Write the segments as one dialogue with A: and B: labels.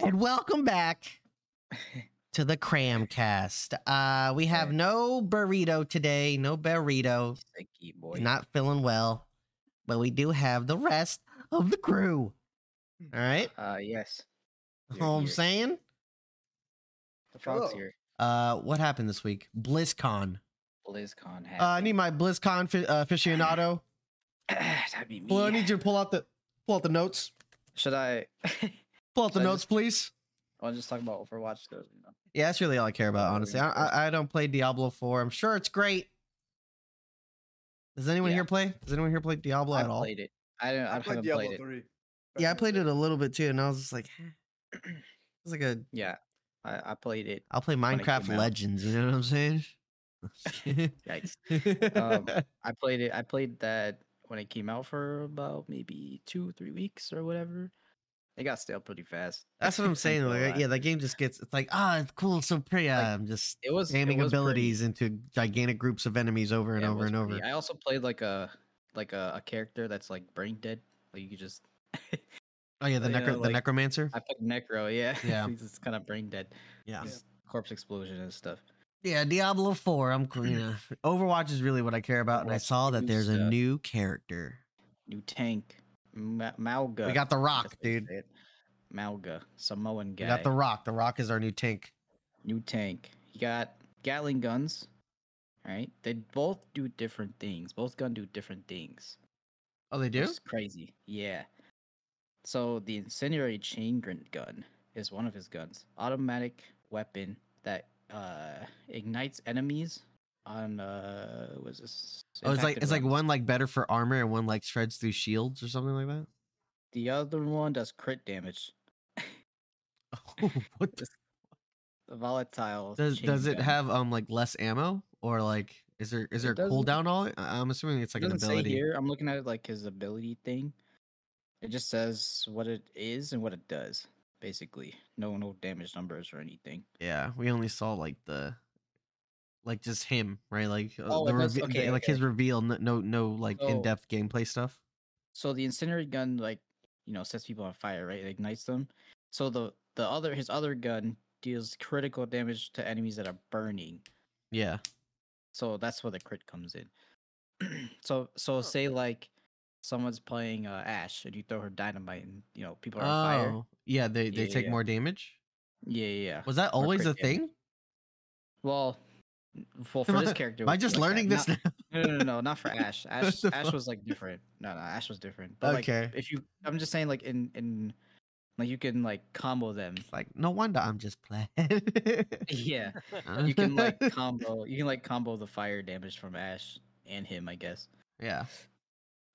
A: and welcome back to the Cramcast. Uh, we have
B: Yeah.
A: no burrito today, no burrito.
B: Sicky boy.
A: Not feeling well, but we do have the rest of the crew. All right,
B: Uh, yes.
A: know
B: You're
A: what I'm
B: here.
A: saying.
B: The frog's
C: Hello.
B: here.
A: Uh, what happened this week? BlizzCon.
B: BlizzCon
A: Uh, I need my BlizzCon fi- uh, aficionado.
B: That'd be me.
A: Well, I need you to pull out the pull out the notes.
B: Should I?
A: Pull out the
B: I
A: notes, please.
B: I'll just talk about Overwatch. Those, you know.
A: Yeah, that's really all I care about,
B: Probably
A: honestly. I, I, I don't play Diablo 4. I'm sure it's great. Does anyone
B: Yeah.
A: here play? Does anyone here play Diablo
B: I
A: at all?
B: played it. I don't. I,
C: I
B: haven't
C: played Diablo
B: played it.
C: 3.
A: Yeah, I
C: back in the
A: played
C: day.
A: it a little bit too, and I was just like, eh. it's like a
B: Yeah, I, I played it.
A: I'll play
B: it
A: Minecraft
B: came out.
A: Legends. You know what I'm saying?
B: Yikes. Um, I played it. I played that when it came out for about maybe two, three weeks or whatever. It got stale pretty fast.
A: That's what I'm
B: Not
A: saying.
B: gonna
A: Like,
B: lie.
A: yeah, that game just gets it's like ah, it's cool, it's so pretty.
B: Like,
A: I'm just
B: it was it
A: aiming
B: was pretty.
A: abilities into gigantic groups of enemies over and
B: Yeah, it
A: over
B: was
A: and over.
B: pretty. I also played like a like a, a character that's like brain dead. Like you could just
A: oh yeah, the
B: you know,
A: necro the
B: like,
A: necromancer.
B: I played Necro, yeah.
A: Yeah.
B: He's just kind of brain dead.
A: yeah.
B: Just corpse explosion and stuff.
A: Yeah, Diablo 4. I'm cool. You know, Overwatch is really what I care about. And I
B: Overwatch uh,
A: saw that
B: new
A: there's a
B: stuff.
A: new character.
B: New tank. Ma- Malga.
A: We got The Rock,
B: that's how you
A: dude.
B: say it. Malga. Samoan guy.
A: We got The Rock. The Rock is our new tank.
B: New tank. He got Gatling guns. Right? They both do different things. Both gun do different things.
A: Oh, they
B: It's crazy. Yeah. So the incendiary chain gren- gun is one of his guns. Automatic weapon that uh ignites enemies on uh was this
A: Oh, it's like
B: impacted
A: it's like
B: weapons.
A: one like better for armor and one like shreds through shields or something like that.
B: the other one does crit damage.
A: Oh, what the-
B: The volatile
A: does
B: chain
A: does it
B: gun.
A: have um like less ammo or like is there is there
B: It
A: a
B: doesn't-
A: cooldown on it? I- I'm assuming it's
B: It
A: like an
B: doesn't say
A: ability.
B: here. I'm looking at like his ability thing. It just says what it is and what it does, basically. No no damage numbers or anything.
A: Yeah, we only saw like the like just him, right? Like uh,
B: Oh,
A: the
B: it does-
A: reve-
B: okay, Oh.
A: ga- like his reveal, no no, no like
B: So-
A: in depth gameplay stuff.
B: So the incendiary gun, like you know, sets people on fire, right? It ignites them. So the the other his other gun deals critical damage to enemies that are burning.
A: Yeah.
B: So that's where the crit comes in. so so
A: Oh,
B: say like someone's playing uh, Ash and you throw her dynamite and you know people are on fire.
A: Oh, yeah, they they
B: Yeah,
A: take
B: yeah.
A: more damage.
B: Yeah, yeah. yeah.
A: Was that
B: Or
A: always a
B: crit damage.
A: thing?
B: Well, n- well for
A: Am
B: this
A: I-
B: character,
A: Am I
B: was
A: just
B: like that.
A: learning
B: Not-
A: this now?
B: No, no, no, no, not for Ash. Ash,
A: the
B: Ash
A: fuck?
B: was like different. No, no, Ash was different. But
A: Okay.
B: like, if you, I'm just saying, like in in, like you can like combo them.
A: Like, no wonder I'm just playing.
B: Yeah,
A: Huh?
B: you can like combo. You can like combo the fire damage from Ash and him, I guess.
A: yeah.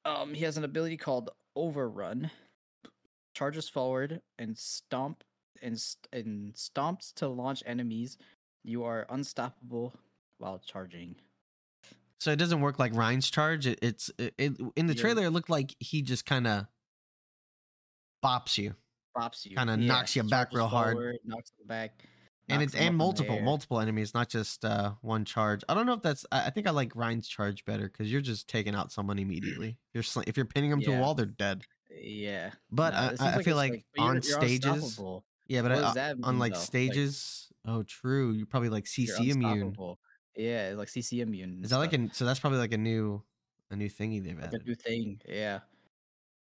B: Um, he has an ability called Overrun. Charges forward and stomp and st- and stomps to launch enemies. You are unstoppable while charging.
A: So it doesn't work like Ryan's charge. It, it's it, it- in the
B: Yeah.
A: trailer. It looked like he just kind of bops you,
B: Bops you.
A: Kinda
B: yeah,
A: knocks you back
B: charges
A: real hard.
B: forward, Knocks you back.
A: and
B: knocks
A: it's
B: him up in
A: and
B: the
A: multiple
B: air.
A: multiple enemies, not just uh, one charge. I don't know if that's. I, I think I like Ryan's charge better because you're just taking out someone immediately. If You're sli- if you're pinning them to a
B: Yeah.
A: wall, they're dead.
B: Yeah.
A: But
B: no,
A: I-
B: it seems
A: I, I feel
B: it's
A: like,
B: but
A: on
B: you're
A: stages,
B: unstoppable.
A: yeah. But
B: What
A: I, uh,
B: does that
A: on
B: mean,
A: like
B: though?
A: stages, oh, true. You probably like
B: you're
A: CC immune.
B: unstoppable. Yeah, like CC immune. and
A: Is that like
B: stuff.
A: an so that's probably like a new a new thingy they've
B: Like a new
A: added.
B: thing? Yeah.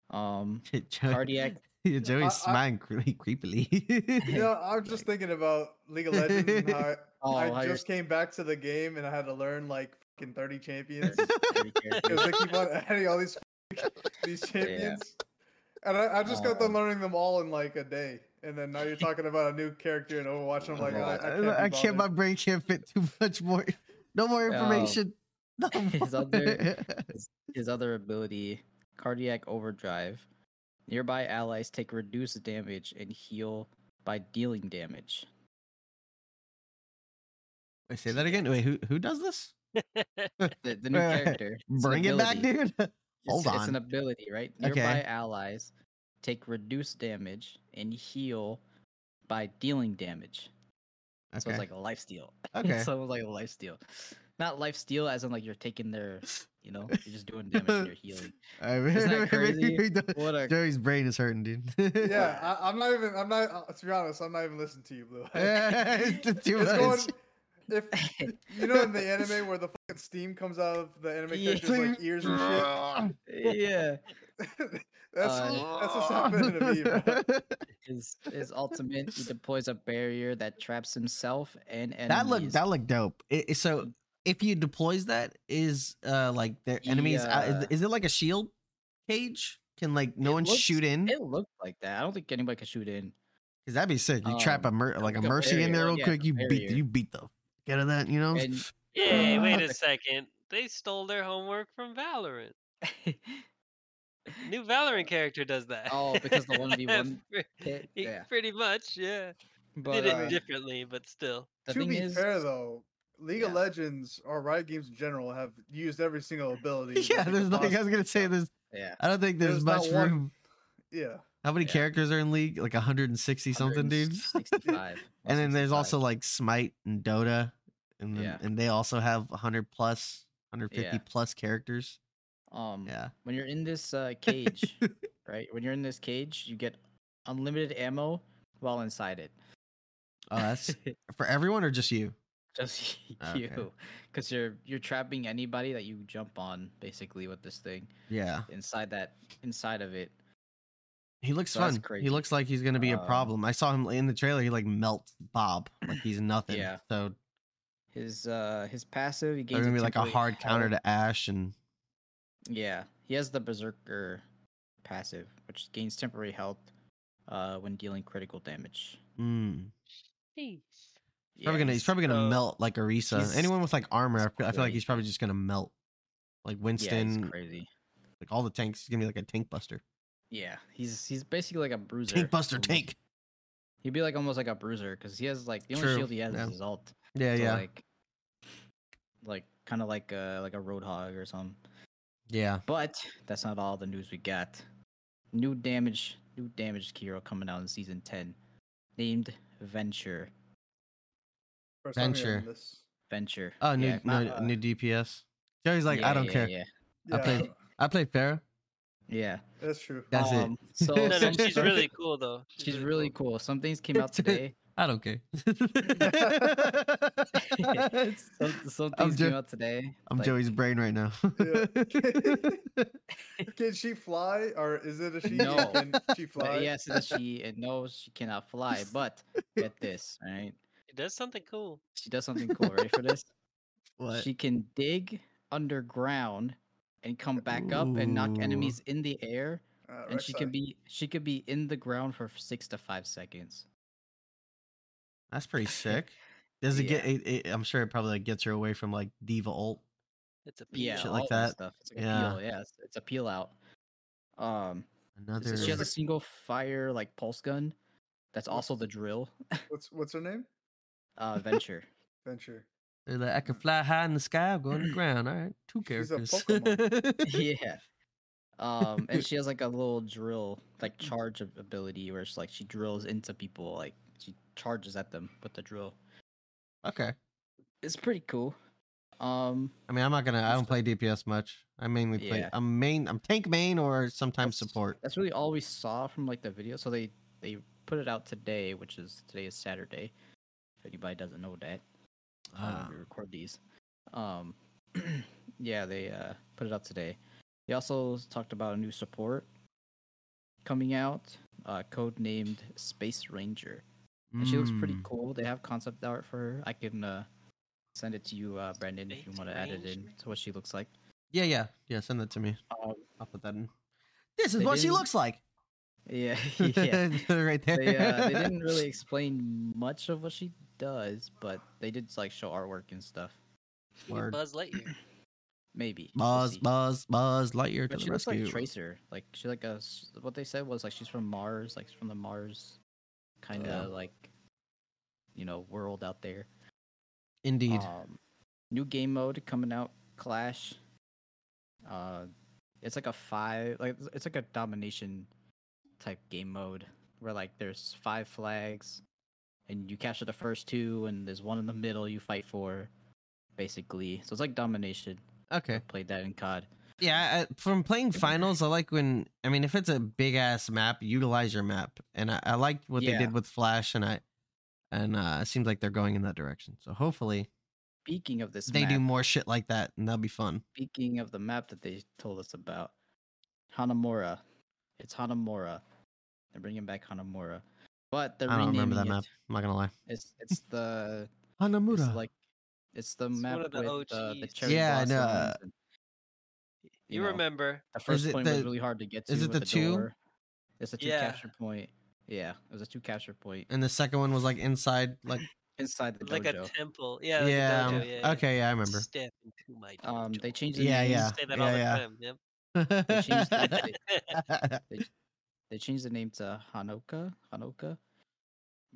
B: Um,
A: Joey-
B: cardiac.
A: yeah, Joey's
C: I- I-
A: smiling cre- creepily.
C: You know, I was just thinking about League of Legends and how I,
B: Oh, how
C: I
B: you're
C: just came back to the game and I had to learn like fucking 30 champions.
B: very
C: Because
B: careful.
C: they keep on adding all these these champions. And I, I just got
B: Um,
C: done learning them all in like a day. And then now you're talking about a new character in Overwatch. I'm like, I, I can't. Be
A: Oh, I can't. My
C: bothered.
A: brain can't fit too much more. No more
B: Um,
A: information. No
B: his
A: more.
B: other- His other ability, cardiac overdrive. Nearby allies take reduced damage and heal by dealing damage.
A: Wait, say that again. Wait, who who does this?
B: The, the new
A: Wait, wait,
B: character. it's an
A: Bring it back,
B: ability.
A: dude.
B: It's-
A: Hold
B: It's
A: on.
B: an ability, right?
A: Okay.
B: Nearby allies take reduced damage and heal by dealing damage. So
A: Okay.
B: it's like a life steal.
A: okay.
B: so it was like a life steal. Not life steal as in like you're taking their You know, you're just doing damage and you're healing.
A: I mean,
B: Isn't that crazy? What a
A: Joey's brain is hurting, dude.
C: Yeah, I, I'm not even. I'm not. Uh, to be honest, I'm not even listening to you, Blue.
A: it's just too
C: It's
A: much.
C: going, if you know in the anime where the fucking steam comes out of the anime
B: Yeah.
C: characters like ears and shit.
B: yeah,
C: that's
B: Uh,
C: that's what's happening to me. Bro.
B: his his ultimate he deploys a barrier that traps himself and enemies.
A: that looked that looked dope. It, it- so if he deploys that, is uh like their enemies? out-
B: Yeah.
A: is, is it like a shield cage? Can like no
B: It
A: one
B: looks-
A: shoot in?
B: It looked like that. I don't think anybody could shoot in.
A: Because that'd be sick. You trap a
B: um,
A: mer- like a
B: like a
A: mercy in there
B: barrier,
A: real
B: yeah,
A: quick. You beat
B: barrier.
A: you beat the fuck out of that. You know.
B: And
D: Yay, wait
B: Uh,
D: a second. They stole their homework from Valorant. New Valorant character does that.
B: Oh, because the 1v1
D: Pre-
B: hit?
D: e-
B: Yeah.
D: Pretty much, yeah.
B: but
D: Did
C: uh,
D: it differently, but still.
B: the
C: to
B: thing
C: be
B: is,
C: fair though, League of
B: Yeah.
C: Legends or Riot Games in general have used every single ability.
A: yeah,
C: that they
A: there's
C: could
A: like I was
C: possibly
A: gonna say
C: have.
A: there's.
B: yeah,
A: I don't think there's,
C: There's not
A: much
C: one-
A: room.
C: Yeah,
A: How many
B: Yeah.
A: characters are in league? Like 160 something, dude.
B: 165,
A: and then there's
B: 165.
A: also like Smite and Dota, and then,
B: Yeah.
A: and they also have 100 plus, 150
B: Yeah.
A: plus characters.
B: um
A: Yeah,
B: when you're in this uh, cage, right? When you're in this cage, you get unlimited ammo while inside it.
A: oh, that's for everyone or just you?
B: just you
A: Okay.
B: because you're you're trapping anybody that you jump on basically with this thing
A: Yeah,
B: inside that inside of it
A: he looks
B: So that's
A: fun. He
B: crazy.
A: looks like he's gonna be a
B: Um,
A: problem. I saw him like, in the trailer. He like melts Bob like he's nothing.
B: Yeah.
A: so
B: his uh his passive he
A: there's
B: gains
A: gonna be like a
B: temporary
A: hard counter
B: health-
A: to Ash and
B: yeah he has the berserker passive which gains temporary health uh when dealing critical damage
A: mm,
D: Jeez.
A: he's probably gonna he's probably gonna
D: so-
A: melt like Arisa.
B: he's-
A: Anyone with like armor, I
B: he's
A: feel, I feel like he's
B: crazy.
A: probably just gonna melt. Like
B: yeah, he's
A: Winston,
B: crazy
A: like all the tanks, he's gonna be like a tank buster.
B: yeah he's he's basically like a bruiser
A: Tank buster,
B: almost.
A: tank.
B: he'd be like almost like a bruiser because he has like the only
A: True,
B: shield he has
A: yeah.
B: is his ult
A: Yeah,
B: so,
A: yeah,
B: like like kind of like uh like a roadhog or something
A: yeah.
B: But that's not all the news we got. New damage, new damage hero coming out in season ten, named Venture.
C: first time hearing
A: Venture.
C: this.
B: Venture.
A: Oh, new
B: Yeah,
A: no,
B: not, uh,
A: new DPS. Joey's like,
B: yeah,
A: I don't
B: yeah,
A: care.
B: Yeah,
A: I
C: Yeah,
A: played- I play Pharaoh.
B: yeah.
C: that's true.
A: That's it.
B: Um, So
A: No,
D: No, no,
B: some
D: she's
B: stuff-
D: really cool though.
B: she's really cool. Some things came out today.
A: I don't care.
B: Some, some
A: I'm
B: things
A: Jo-
B: came out today.
A: I'm
B: like-
A: Joey's brain right now.
C: Can she fly, or is it a she?
B: No.
C: Can she fly?
B: But yes, it is she and no, she cannot fly. But get this, all right?
D: She does something cool.
B: She does something cool. Ready for this?
A: what?
B: She can dig underground and come back up and knock
A: Ooh.
B: enemies in the air
C: Uh,
B: and she can
C: Rek'Sai.
B: be she could be in the ground for six to five seconds.
A: That's pretty sick. Does it
B: Yeah.
A: get? It, it, I'm sure it probably like, gets her away from like Diva Ult.
D: It's a
B: Yeah,
D: peach.
A: Shit
B: all
A: like
B: that
A: that.
B: stuff. It's like
A: Yeah.
B: a peel. Yeah, it's, it's a peel out. Um, it's-
A: Another.
B: she has a
C: There's-
B: single fire like pulse gun. That's also the drill.
C: What's what's her name?
B: Uh, venture.
C: Venture.
A: they're like, uh, I can fly high in the sky, go on the ground. All right, two
C: She's a
A: characters.
B: yeah. Um, and she has like a little drill, like charge ab- ability, where it's like she drills into people, like she charges at them with the drill.
A: okay.
B: It's pretty cool. Um,
A: I mean, I'm not gonna. I don't
B: Just
A: play DPS much. I mainly play.
B: Yeah.
A: I'm main. I'm tank main or sometimes
B: That's-
A: support.
B: That's really all we saw from like the video. So they they put it out today, which is today is Saturday. If anybody doesn't know that, uh,
A: Ah.
B: we record these. Um, yeah, they uh, put it out today. They also talked about a new support coming out, uh, code named Space Ranger, and she looks pretty
A: Mm.
B: cool. They have concept art for her. I can uh, send it to you, uh, Brandon, if you
D: Space
B: want to add it in
D: Ranger?
B: to what she looks like.
A: Yeah, yeah, yeah. Send that to me.
B: Um,
A: I'll put that in. This is
B: They
A: what she
B: didn't-
A: looks like.
B: yeah, yeah.
A: right there.
B: they, uh, they didn't really explain much of what she does, but they did like show artwork and stuff.
D: Maybe
A: Word.
D: Buzz Lightyear.
B: Maybe we'll
A: Buzz,
B: see.
A: Buzz, Buzz Lightyear to
B: But she
A: the
B: looks
A: rescue.
B: like Tracer. Like she like a s- what they said was like she's from Mars, like from the Mars kind
A: Yeah.
B: of like you know world out there.
A: Indeed.
B: Um, new game mode coming out, Clash. Uh, it's like a five, like it's like a domination type game mode where like there's five flags, and you capture the first two, and there's one in the middle you fight for, basically. So it's like domination,
A: Okay.
B: Played that in COD.
A: Yeah, I, from playing finals, I like when I mean, if it's a big ass map, utilize your map, and I, I liked what they
B: Yeah.
A: did with Flash, and I and uh, it seems like they're going in that direction. So hopefully
B: Speaking of this
A: they
B: map,
A: do more shit like that, and that'll be fun.
B: speaking of the map that they told us about, Hanamura. It's Hanamura. They're bringing back Hanamura, but they're
A: I don't remember
B: renaming
A: that
B: it.
A: map. I'm not gonna lie.
B: It's it's the
A: Hanamura.
B: it's like it's the
D: It's one
B: map
D: of the
B: with uh, the
D: OGs.
B: cherry
A: Yeah, I know. uh,
B: blossoms and
D: You
B: know,
D: remember?
B: The first
A: it
B: point was
A: the-
B: really hard to get to.
A: is it
B: with
A: the two?
B: door. It's a two
D: Yeah.
B: capture point. Yeah, it was a two capture point
A: and the second one was like inside, like
B: inside the
D: Like
B: dojo.
D: a temple.
A: yeah,
D: Yeah. Like A
A: um,
D: dojo. yeah, yeah.
A: okay, yeah, I remember.
D: Step into my
B: um, they
D: dojo.
B: changed the
A: Yeah,
B: name.
A: yeah,
D: Say that
A: yeah,
D: all the
A: yeah.
D: time. Yep.
B: They changed the, they,
A: it's
B: they changed the name to Hanoka. Hanoka,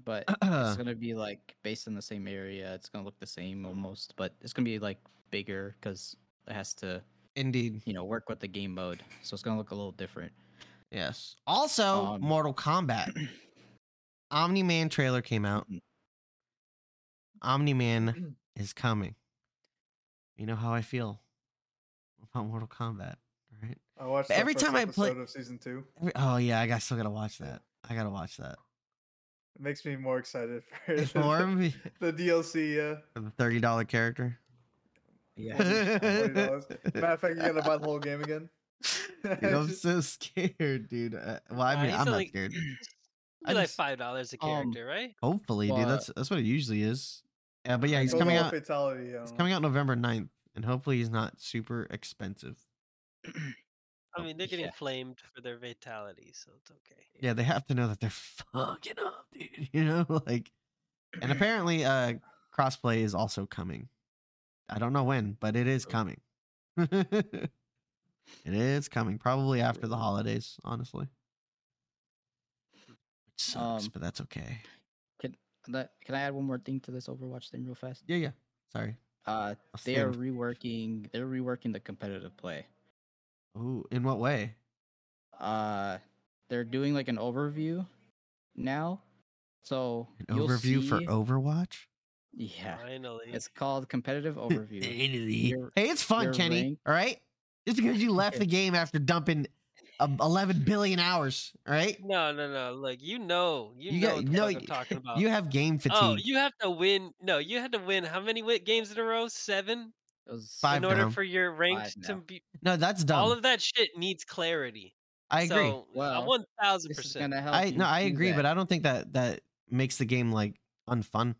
B: but
A: Uh-huh.
B: it's gonna be like based in the same area. It's gonna look the same almost, but it's gonna be like bigger because it has to
A: Indeed.
B: you know work with the game mode. So it's gonna look a little different.
A: Yes. Also,
B: Um,
A: Mortal Kombat. Omni Man trailer came out.
B: Mhm.
A: Omni
B: Mm.
A: Man is coming. You know how I feel about Mortal Kombat, right?
C: I watched
A: But
C: the
A: every
C: first
A: time I play-
C: episode of season two.
A: Every- Oh yeah, I got still gotta watch that. I gotta watch that.
C: It makes me more excited for
A: It's more of me-
C: the DLC. Yeah,
A: for the thirty dollar character.
B: Yeah.
C: $40. matter of fact, you gotta buy the whole game again.
A: Dude, I'm so scared, dude. Uh, well, I
D: Nah,
A: mean,
D: it's
A: I'm not
D: like-
A: scared.
D: It'd
A: I
D: be like
A: just-
D: five dollars a
B: um,
D: character, right?
A: Hopefully, dude.
B: Well,
A: That's that's what it usually is. Yeah, but yeah,
B: I
A: he's
B: know.
A: coming
C: Total
A: out.
C: Fatality, yeah.
A: He's coming out November 9th, and hopefully he's not super expensive.
D: I mean, they're getting
B: yeah.
D: flamed for their vitality, so it's okay.
A: Yeah, they have to know that they're fucking up, dude. You know, like, and apparently, uh, crossplay is also coming. I don't know when, but it
B: Oh.
A: is coming. it is coming, probably after the holidays. Honestly, it sucks,
B: Um,
A: but that's okay.
B: That- Can I add one more thing to this Overwatch thing real fast?
A: Yeah, yeah. Sorry.
B: Uh,
A: I'll stay
B: they are
A: with-
B: reworking. They're reworking the competitive play.
A: Ooh, in what way?
B: Uh, they're doing like an overview now. So
A: An
B: you'll
A: overview for
B: see-
A: Overwatch.
B: yeah.
D: Finally.
B: It's called competitive overview.
A: Hey,
B: Your-
A: it's fun,
B: your
A: Kenny.
B: rank-
A: All right. Just because you left the game after dumping um, 11 billion hours, all right?
D: No, no, no. Look, you know, you,
A: You
D: know
A: got-
D: what the
A: no,
D: fuck
A: y-
D: I'm talking about.
A: You have game fatigue.
D: Oh, you have to win. No, you had to win. How many wi- games in a row? Seven.
B: it was
A: Five
D: in order
A: now.
D: for your ranks
B: Five
D: to
B: now.
D: be.
A: no, that's dumb.
D: All of that shit needs clarity.
A: I agree.
D: So,
B: Well,
D: one thousand
B: This is
D: percent.
B: gonna help.
A: I
B: you
A: no, I
B: do
A: agree, but
B: that.
A: I don't think that that makes the game like unfun.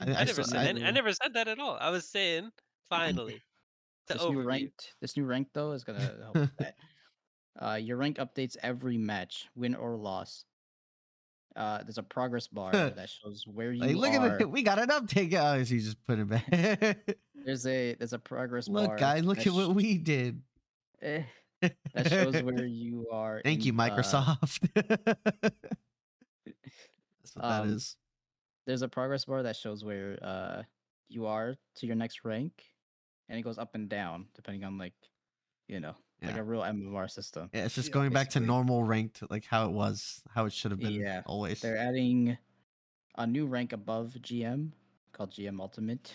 D: I, never
A: still-
D: said that. I, never said that at all. I was saying finally. The
B: this new
D: overview.
B: ranked this new rank though is gonna help with that. Uh, your rank updates every match, win or loss. Uh, there's a progress bar that shows where you
A: Like, look
B: are.
A: at it. We got an uptake. Oh, so you just put it back.
B: There's a there's a progress bar.
A: look, guys, look
B: that
A: at what
B: sh-
A: we did.
B: eh, that shows where you are.
A: Thank you,
B: in, uh,
A: Microsoft. That's what that
B: um,
A: is.
B: there's a progress bar that shows where uh you are to your next rank, and it goes up and down depending on like, you know, like
A: Yeah.
B: a real MMR system.
A: Yeah, it's just
C: yeah,
A: going back to
C: basically.
A: normal ranked, like how it was, how it should have been
B: Yeah,
A: always.
B: They're adding a new rank above GM called GM Ultimate,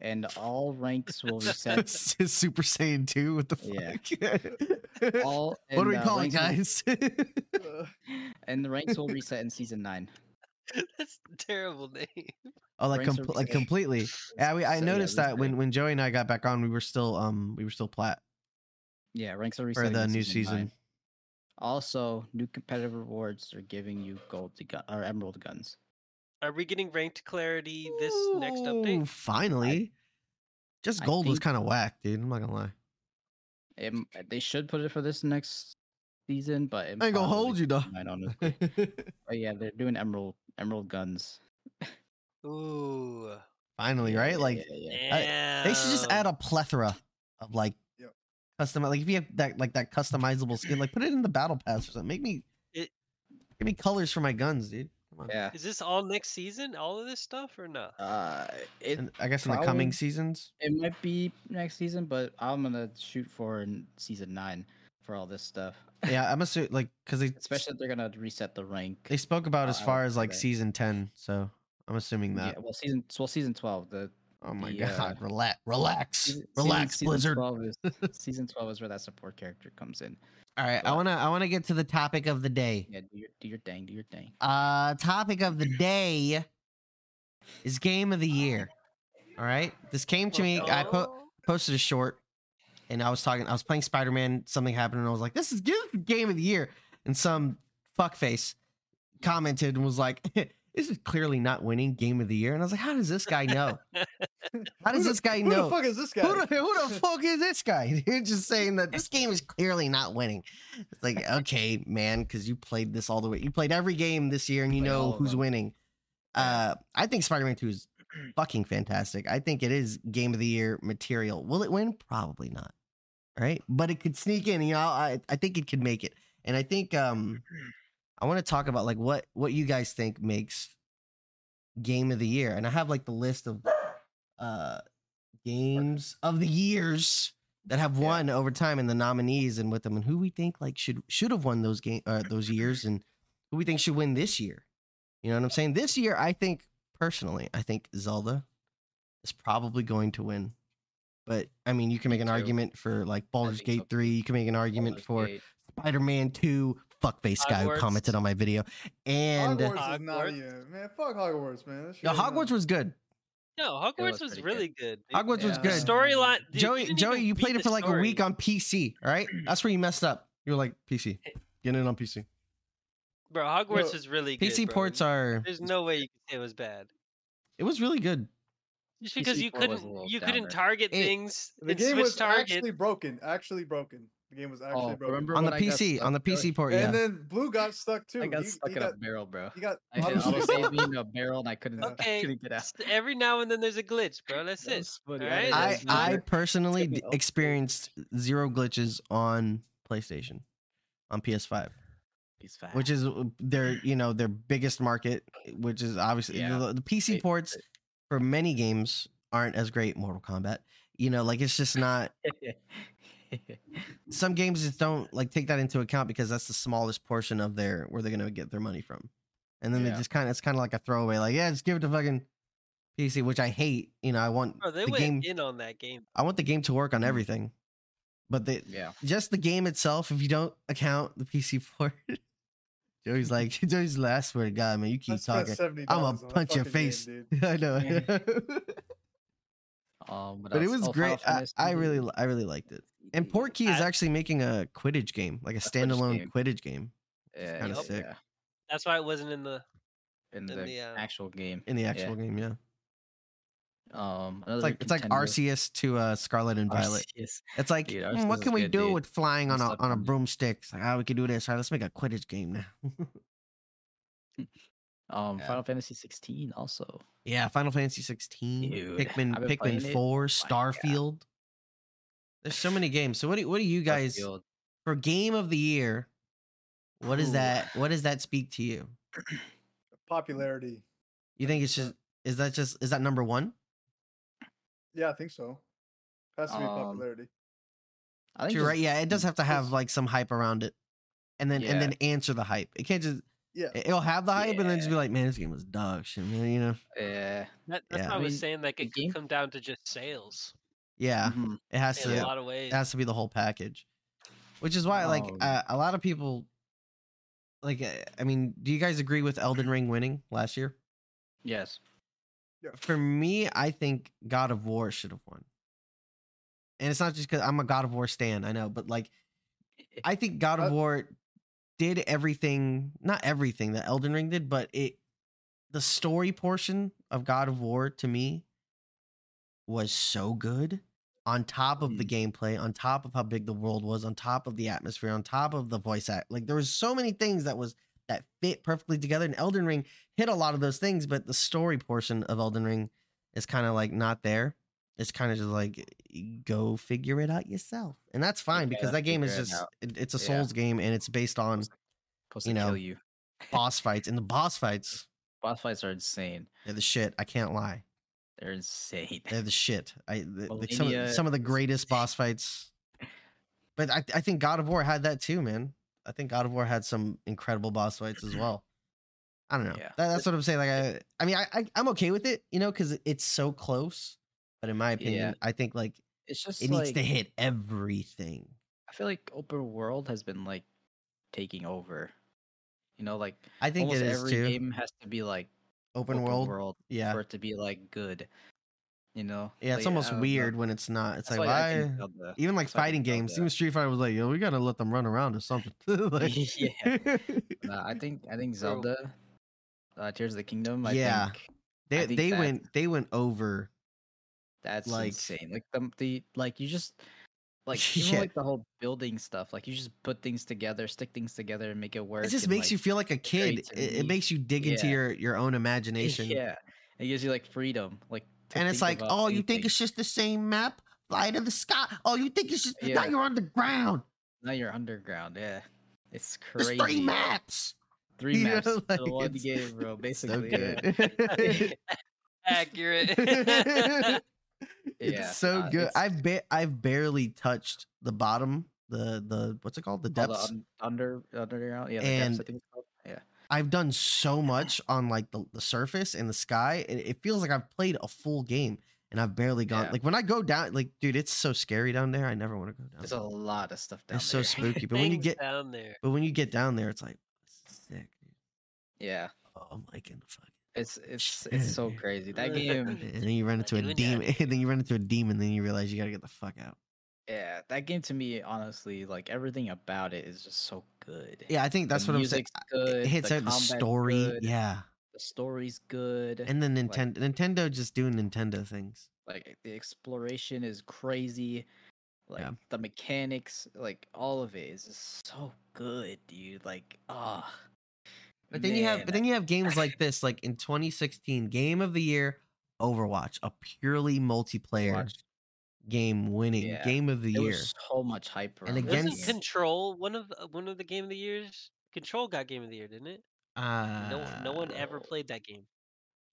B: and all ranks will reset.
A: It's just Super Saiyan 2, what the
B: Yeah.
A: fuck?
B: All
A: what do
B: and,
A: we
B: uh,
A: call it,
B: ranks will-
A: guys?
C: Uh,
B: And the ranks will reset in season nine.
D: That's a terrible name.
A: oh, like,
B: Ranks
A: com-
B: are
A: like
B: reset.
A: completely. Yeah, we, I
B: So, yeah,
A: noticed that when,
B: reset.
A: when Joey and I got back on, we were still um we were still plat
B: yeah ranks are
A: for
B: reset
A: the new season.
B: Also, new competitive rewards are giving you gold to gun or emerald guns.
D: Are we getting ranked clarity this next update?
A: Ooh, Finally, just
B: I
A: gold was
B: think-
A: kind of whack, dude. I'm not gonna lie.
B: It, m- they should put it for this next season, but it
A: I ain't gonna
B: probably
A: hold you though.
B: might honestly. But yeah, they're doing emerald emerald guns.
D: Ooh.
A: Finally, right? Like
B: yeah, yeah.
A: they should just
B: Um,
A: add a plethora of like
C: Yep.
A: custom. Like if you have that like that customizable skin, like put it in the battle pass or something. Make me
D: It-
A: give me colors for my guns, dude. Come on.
B: yeah.
D: Is this all next season? All of this stuff or not?
B: Uh, it
A: And I guess in the coming
B: probably-
A: seasons.
B: It might be next season, but I'm gonna shoot for in season nine for all this stuff.
A: Yeah, I'm assuming like because they
B: Especially if they're gonna reset the rank.
A: they spoke about
B: Uh,
A: as
B: I
A: far
B: don't
A: as
B: know
A: like
B: that.
A: season ten, so I'm assuming
B: yeah,
A: that.
B: well season well season twelve, the
A: Oh my
B: Yeah.
A: god, relax, relax,
B: Season-
A: relax,
B: season- season
A: Blizzard.
B: 12 is- season 12 is where that support character comes in.
A: All right, I
B: but-
A: wanna I wanna get to the topic of the day.
B: Yeah, do your, do your thing, do your thing.
A: Uh, topic of the day is game
B: Uh.
A: of the year. All right, this came to me. I po- posted a short, and I was talking. I was playing Spider Man. Something happened, and I was like, "This is good game of the year." And some fuckface commented and was like, "This is clearly not winning game of the year." And I was like, "How does this guy know? How does
C: Who the-
A: this guy
C: Who
A: know?"
C: the fuck is this guy?
A: Who the, who the fuck is this guy? You're just saying that this game is clearly not winning. It's like, okay, man, because you played this all the way. You played every game this year and you
B: Played all
A: know
B: of
A: who's
B: them.
A: winning. Uh, I think Spider Man 2 is fucking fantastic. I think it is game of the year material. Will it win? Probably not. All right. But it could sneak in. You know, I, I think it could make it. And I think um, I want to talk about like what what you guys think makes game of the year. And I have like the list of uh games of the years that have
C: Yeah.
A: won over time and the nominees and with them and who we think like should should have won those game uh, those years and who we think should win this year. You know what I'm saying? This year I think personally, I think Zelda is probably going to win. But I mean, you can
B: Me
A: make an
B: too.
A: argument for like Baldur's
B: think
A: Gate
B: so.
A: 3, you can make an argument
B: Baldur's
A: for
B: Gate.
A: Spider-Man 2, fuckface guy who
D: Hogwarts.
A: commented on my video. And
C: Hogwarts,
A: uh,
C: is not
D: Hogwarts.
C: even man. Fuck Hogwarts, man. That shit
A: no,
C: ain't
A: Hogwarts
C: nothing.
A: was good.
D: No, Hogwarts
B: was
D: was
B: pretty good.
D: really good. dude.
A: Hogwarts was
C: Yeah.
A: good.
D: The storyline. dude,
A: Joey,
D: didn't
A: Joey,
D: even
A: you
D: beat
A: played it
D: the
A: for like a week
D: story.
A: on PC, all right? That's where you messed up. You were like PC, getting it on PC.
D: Bro, Hogwarts
C: Yo,
D: was really good.
A: PC
D: bro.
A: ports are.
D: There's no way you can say it was bad.
A: It was really good.
D: Just because
B: PC
D: you
B: port was a
D: couldn't
B: little
D: you
B: downer.
D: couldn't target
A: It-
D: things
C: The
D: and
C: game
D: switch
C: was
D: targets.
C: actually broken. Actually broken. The game was actually
B: Oh,
C: broken.
B: remember
A: on the
B: when I got
A: PC, on the
B: stuck-
A: PC port, Oh, yeah.
C: And then Blue got stuck too.
B: I got
C: He-
B: stuck
C: he
B: in
C: got,
B: a barrel, bro.
C: he got
B: I hit
C: obviously-
B: autosave me in a barrel and I couldn't, I
D: Okay,
B: couldn't get out.
D: s- every now and then there's a glitch, bro. That's
B: That
D: it.
B: was funny.
D: Alright.
B: didn't
A: I,
D: that's
B: know
A: I
B: either.
A: personally
B: It's
A: d-
B: gonna be
A: experienced zero glitches on PlayStation, on PS5,
B: He's fat.
A: which is uh, their you know their biggest market, which is obviously
B: Yeah.
A: the, the PC
B: They-
A: ports for many games aren't as great. Mortal Kombat, you know, like it's just not. Some games just don't like take that into account because that's the smallest portion of their where they're gonna get their money from, and then they
B: Yeah.
A: just kind of it's kind of like a throwaway, like yeah, just give it to fucking PC, which I hate. You know, I want
D: Bro, they
A: the game.
D: went in on that game.
A: I want the game to work on
B: Mm.
A: everything, but they
B: yeah.
A: just the game itself. If you don't account the PC port, Joey's like, Joey's like, I swear to God, man, you
C: I
A: keep
C: spent
A: talking.
C: $70
A: I'ma
C: on that
A: punch your
C: fucking game,
A: face.
C: dude.
A: I know, I
B: Yeah.
A: know.
B: Um, what
A: but it
B: else?
A: was
B: Oh, Final
A: great. I,
B: Fantasy
A: I really, li- I really liked it. And Portkey is
D: I-
A: actually making a Quidditch game, like a
B: Quidditch
A: standalone
B: game.
A: Quidditch game
B: Yeah,
A: kinda
B: yeah,
A: sick.
B: yeah,
D: That's why it wasn't in the.
B: In the,
D: the, uh,
B: actual game.
A: in the actual game. Yeah,
B: Um,
A: it's like it's like Arceus to uh, Scarlet and Violet.
B: Yes.
A: It's like,
B: Dude,
A: "Hmm,
B: Arceus
A: what
B: is
A: can we
B: good,
A: do
B: dude.
A: with flying
B: I
A: on a
B: slept
A: on a
B: on it.
A: broomstick? It's Like, ah, we can do this. All right, let's make a Quidditch game now.
B: Um,
A: Yeah.
B: Final Fantasy 16 also.
A: Yeah, Final Fantasy 16,
B: Dude,
A: Pikmin,
B: I've been playing
A: Pikmin
B: it.
A: 4,
B: God.
A: Starfield. There's so many games. So what do what do you guys
B: Starfield.
A: for game of the year? What is
B: Ooh.
A: that? What does that speak to you?
C: Popularity.
A: You think it's just is that just is that number one?
C: Yeah, I think so. Has to be
B: Um,
C: popularity.
B: I think
A: You're
B: just-
A: right. Yeah, it does have to have
B: just-
A: like some hype around it, and then
B: Yeah.
A: and then answer the hype. It can't just
C: Yeah.
A: it- it'll have the hype and then just be like, man, this game was dog shit, man. You know?
B: Yeah.
D: That, that's
A: Yeah.
D: why
B: I
D: I was
B: mean,
D: saying like
B: the
D: it
B: game-
D: could come down to just sales
A: Yeah,
B: mhm.
A: it has
D: in
A: to.
D: a lot of ways.
A: it has to be the whole package which is why like
B: Oh,
A: uh,
B: yeah.
A: a lot of people like uh, i mean do you guys agree with elden ring winning last year
B: Yes.
A: for me i think god of war should have won and it's not just because i'm a god of war stan i know but like
B: Eh,
A: i think god of
C: Uh,
A: war did everything not everything that elden ring did but it the story portion of god of war to me was so good on top of the gameplay, on top of how big the world was, on top of the atmosphere, on top of the voice act. Like there was so many things that was that fit perfectly together. And Elden Ring hit a lot of those things, but the story portion of Elden Ring is kind of like not there. It's kind of just like go figure it out yourself, and that's fine
B: Yeah,
A: because that game is
B: figure it
A: just
B: out.
A: it- it's a
B: Yeah.
A: Souls game and it's based on
B: Supposed
A: you
B: to
A: know.
B: kill you.
A: boss fights, and the boss fights
B: Boss fights are insane.
A: they're the shit. I can't lie,
B: They're insane.
A: they're the shit. I the, the- some, of,
B: Millennia
A: some of the
B: is-
A: greatest boss fights, but I I think God of War had that too, man. I think God of War had some incredible boss fights as well. I don't know.
B: Yeah.
A: That, that's what I'm saying. Like I, I mean, I, I I'm okay with it, you know, because it's so close But in my opinion,
B: Yeah.
A: I think like
B: It's just
A: it needs
B: like
A: to hit everything.
B: I feel like open world has been like taking over. You know, like
A: I think
B: almost
A: it is
B: every
A: too.
B: game has to be like
A: open, world. Yeah.
B: for it to be like good. You know,
A: Yeah, it's
B: Like, I
A: almost
B: don't know.
A: weird when it's not. It's
B: That's
A: like
B: why I
A: why
B: think Zelda-
A: even like
B: that's why I
A: fighting
B: think
A: games,
B: Zelda-
A: even Street Fighter was like, yo, we gotta let them run around or something. like,
B: Yeah. Nah, I think I think
D: True.
B: Zelda, uh, Tears of the Kingdom. I
A: Yeah.
B: think
A: they
B: think
A: they
B: that-
A: went they went over.
B: that's
A: Like-
B: insane. Like the the like you just like even
A: Yeah.
B: like the whole building stuff. Like you just put things together, stick things together, and make it work.
A: It just
B: and,
A: makes
B: like,
A: you feel like a kid. It, it
B: creativity.
A: makes you dig into
B: Yeah.
A: your your own imagination.
B: Yeah, it gives you like freedom. Like to
A: And it's like,
B: think about
A: oh, you think
B: anything.
A: it's just the same map? Fly to the sky. Oh, you think it's just now
B: Yeah.
A: you're on the ground.
B: now you're underground. Yeah, it's
A: There's
B: crazy.
A: three maps.
B: Three
A: You know,
B: maps to
A: like,
B: one
A: it's
B: game, bro.
A: so
B: Basically, yeah.
A: good.
D: Accurate.
A: it's
B: Yeah,
A: so
B: uh,
A: good.
B: it's-
A: I've ba- I've barely touched the bottom, the the what's it called, the
B: All the
A: depths.
B: un- under underground. Yeah, the depths,
A: And-
B: I think it's called. yeah.
A: I've done so much on like the, the surface and the sky. and it feels like I've played a full game and I've barely gone.
B: Yeah.
A: Like when I go down, like dude, it's so scary down there. I never want to go down.
B: There's
A: there.
B: a lot of stuff down
A: It's Oh. so
B: there.
A: spooky. But when you
D: Things
A: get
D: down there,
A: but when you get down there, it's like this is sick. Dude.
B: yeah,
A: Oh, I'm liking the fucking.
B: it's it's it's so
A: Shit.
B: crazy. That game,
A: And then you run into a
D: doing that.
A: demon. And then you run into a demon. Then you realize you gotta get the fuck out.
B: yeah, that game to me, honestly, like everything about it is just so good.
A: Yeah, I think that's
B: the
A: what I'm saying.
B: music's Good,
A: it hits
B: the
A: out the
B: combat's
A: story.
B: good,
A: Yeah,
B: the story's good,
A: and then
B: like-
A: Nintendo. Nintendo just doing Nintendo things.
B: like the exploration is crazy like
A: Yeah.
B: the mechanics like all of it is just so good dude like ah
A: But then you have but then you have games like this, like in 2016, Game of the Year, Overwatch, a purely multiplayer game winning
B: Yeah.
A: game of the
B: there
A: year.
B: was so much hype
A: And
B: around that
A: against-
D: wasn't
B: game.
D: Control one of the, one of the game of the years? Control got game of the year, didn't it?
A: Uh,
D: No, no one ever
A: Uh,
D: played that game.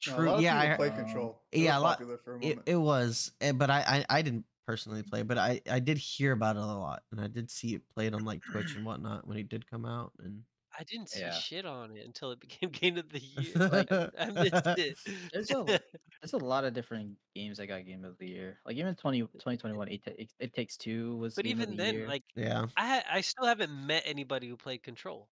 C: No, a lot
A: True.
C: of
A: Yeah,
C: people
A: I,
C: play
A: heard- um,
C: Control.
A: yeah,
C: yeah,
A: a lot-
C: popular for a
A: it,
C: moment.
A: it was, eh, but I, I I didn't personally play, but I I did hear about it a lot, and I did see it played on like Twitch and whatnot when it did come out, and
D: I didn't see
B: Yeah.
D: shit on it until it became game of the year. Like, I missed it.
B: There's a- there's a lot of different games that got game of the year like even 20, 2021 it, Ta- it, It takes two was
D: but
B: Game of
D: even
B: the
D: then,
B: Year.
D: like
A: yeah,
D: I ha- I still haven't met anybody who played Control.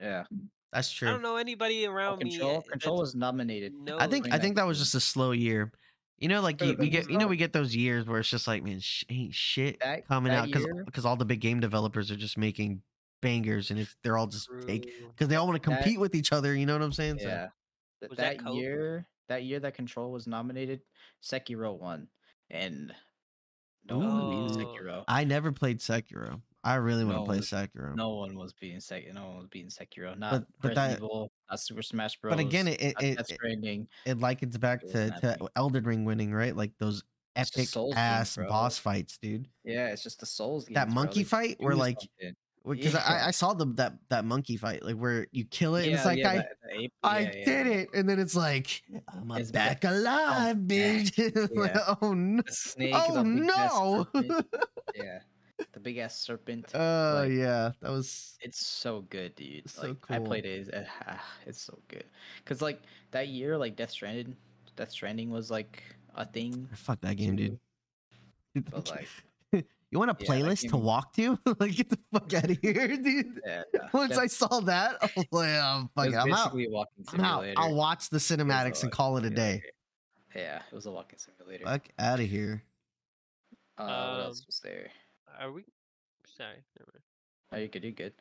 B: yeah
A: that's true.
D: I don't know anybody
B: Oh,
D: around me.
B: control
D: uh,
B: control
D: that's-
B: was nominated
D: No,
A: I think
B: bring
A: I
B: back
A: think that was
B: the-
A: just a slow year. You know, like
C: Could've
A: you, we
C: been.
A: get, you know, we get those years where it's just like, man, sh- ain't shit
B: That-
A: coming
B: that
A: out because
B: year-
A: all the big game developers are just making bangers and it's, they're all just fake
D: True.
A: because they all want to
B: That-
A: compete with each other. You know what I'm saying? So,
B: Yeah. Th-
D: Was that
B: that
D: Coke?
B: year, that year that Control was nominated, Sekiro won, and no one was beating
D: Ooh.
B: Sekiro.
A: Oh. I never played Sekiro. I really want to
B: No,
A: play
B: it-
A: Sekiro.
B: No one was beating Sek. No one was beating Sekiro. Not
A: but
B: Resident
A: that-
B: Evil. Not Super Smash Bros.
A: but again, it it,
B: not
A: it,
B: Death
A: it,
B: Stranding.
A: it likens back
B: It
A: to,
B: doesn't
A: to
B: happen.
A: Elden Ring winning, right? Like those
B: It's a
A: epic
B: Souls game,
A: ass
B: bro.
A: boss fights, dude.
B: Yeah, it's just the Souls. Games,
A: That
B: bro,
A: monkey
B: they
A: fight where
B: do
A: like
B: something.
A: because
B: Yeah.
A: I, I saw the that that monkey fight like where you kill it and it's
B: Yeah,
A: like
B: yeah,
A: I
B: that- the ape-
A: I
B: yeah, yeah,
A: did
B: yeah.
A: it. And then it's like, I'm a
B: It's
A: back
B: back.
A: alive,
B: back.
A: bitch. Like, oh, no.
B: The snake.
A: Oh,
B: the big ass
A: no.
B: serpent. yeah, the big ass serpent.
A: Oh,
B: Like,
A: yeah. That was.
B: It's so good, dude.
A: It's so
B: like I
A: cool.
B: played it. It's, ah, it's so good. Cause like that year, like Death Stranded, Death Stranding was like a thing.
A: Fuck that game, dude.
B: But like,
A: you want a
B: yeah, that
A: playlist to
B: game-
A: walk to? like, get the fuck out of here, dude.
B: yeah,
A: Once
B: Def-
A: I saw that, I was like, oh,
B: it
A: fuck,
B: uh,
A: I'm
B: was
A: out.
B: basically a walking
A: I'm out.
B: simulator.
A: I'll watch the cinematics and
B: like,
A: call it a day.
B: Yeah, it was a walking simulator. Uh,
A: Fuck out of here.
B: what
D: Um,
B: else was there?
D: Are we? Sorry. never mind.
B: Oh, you good. You good.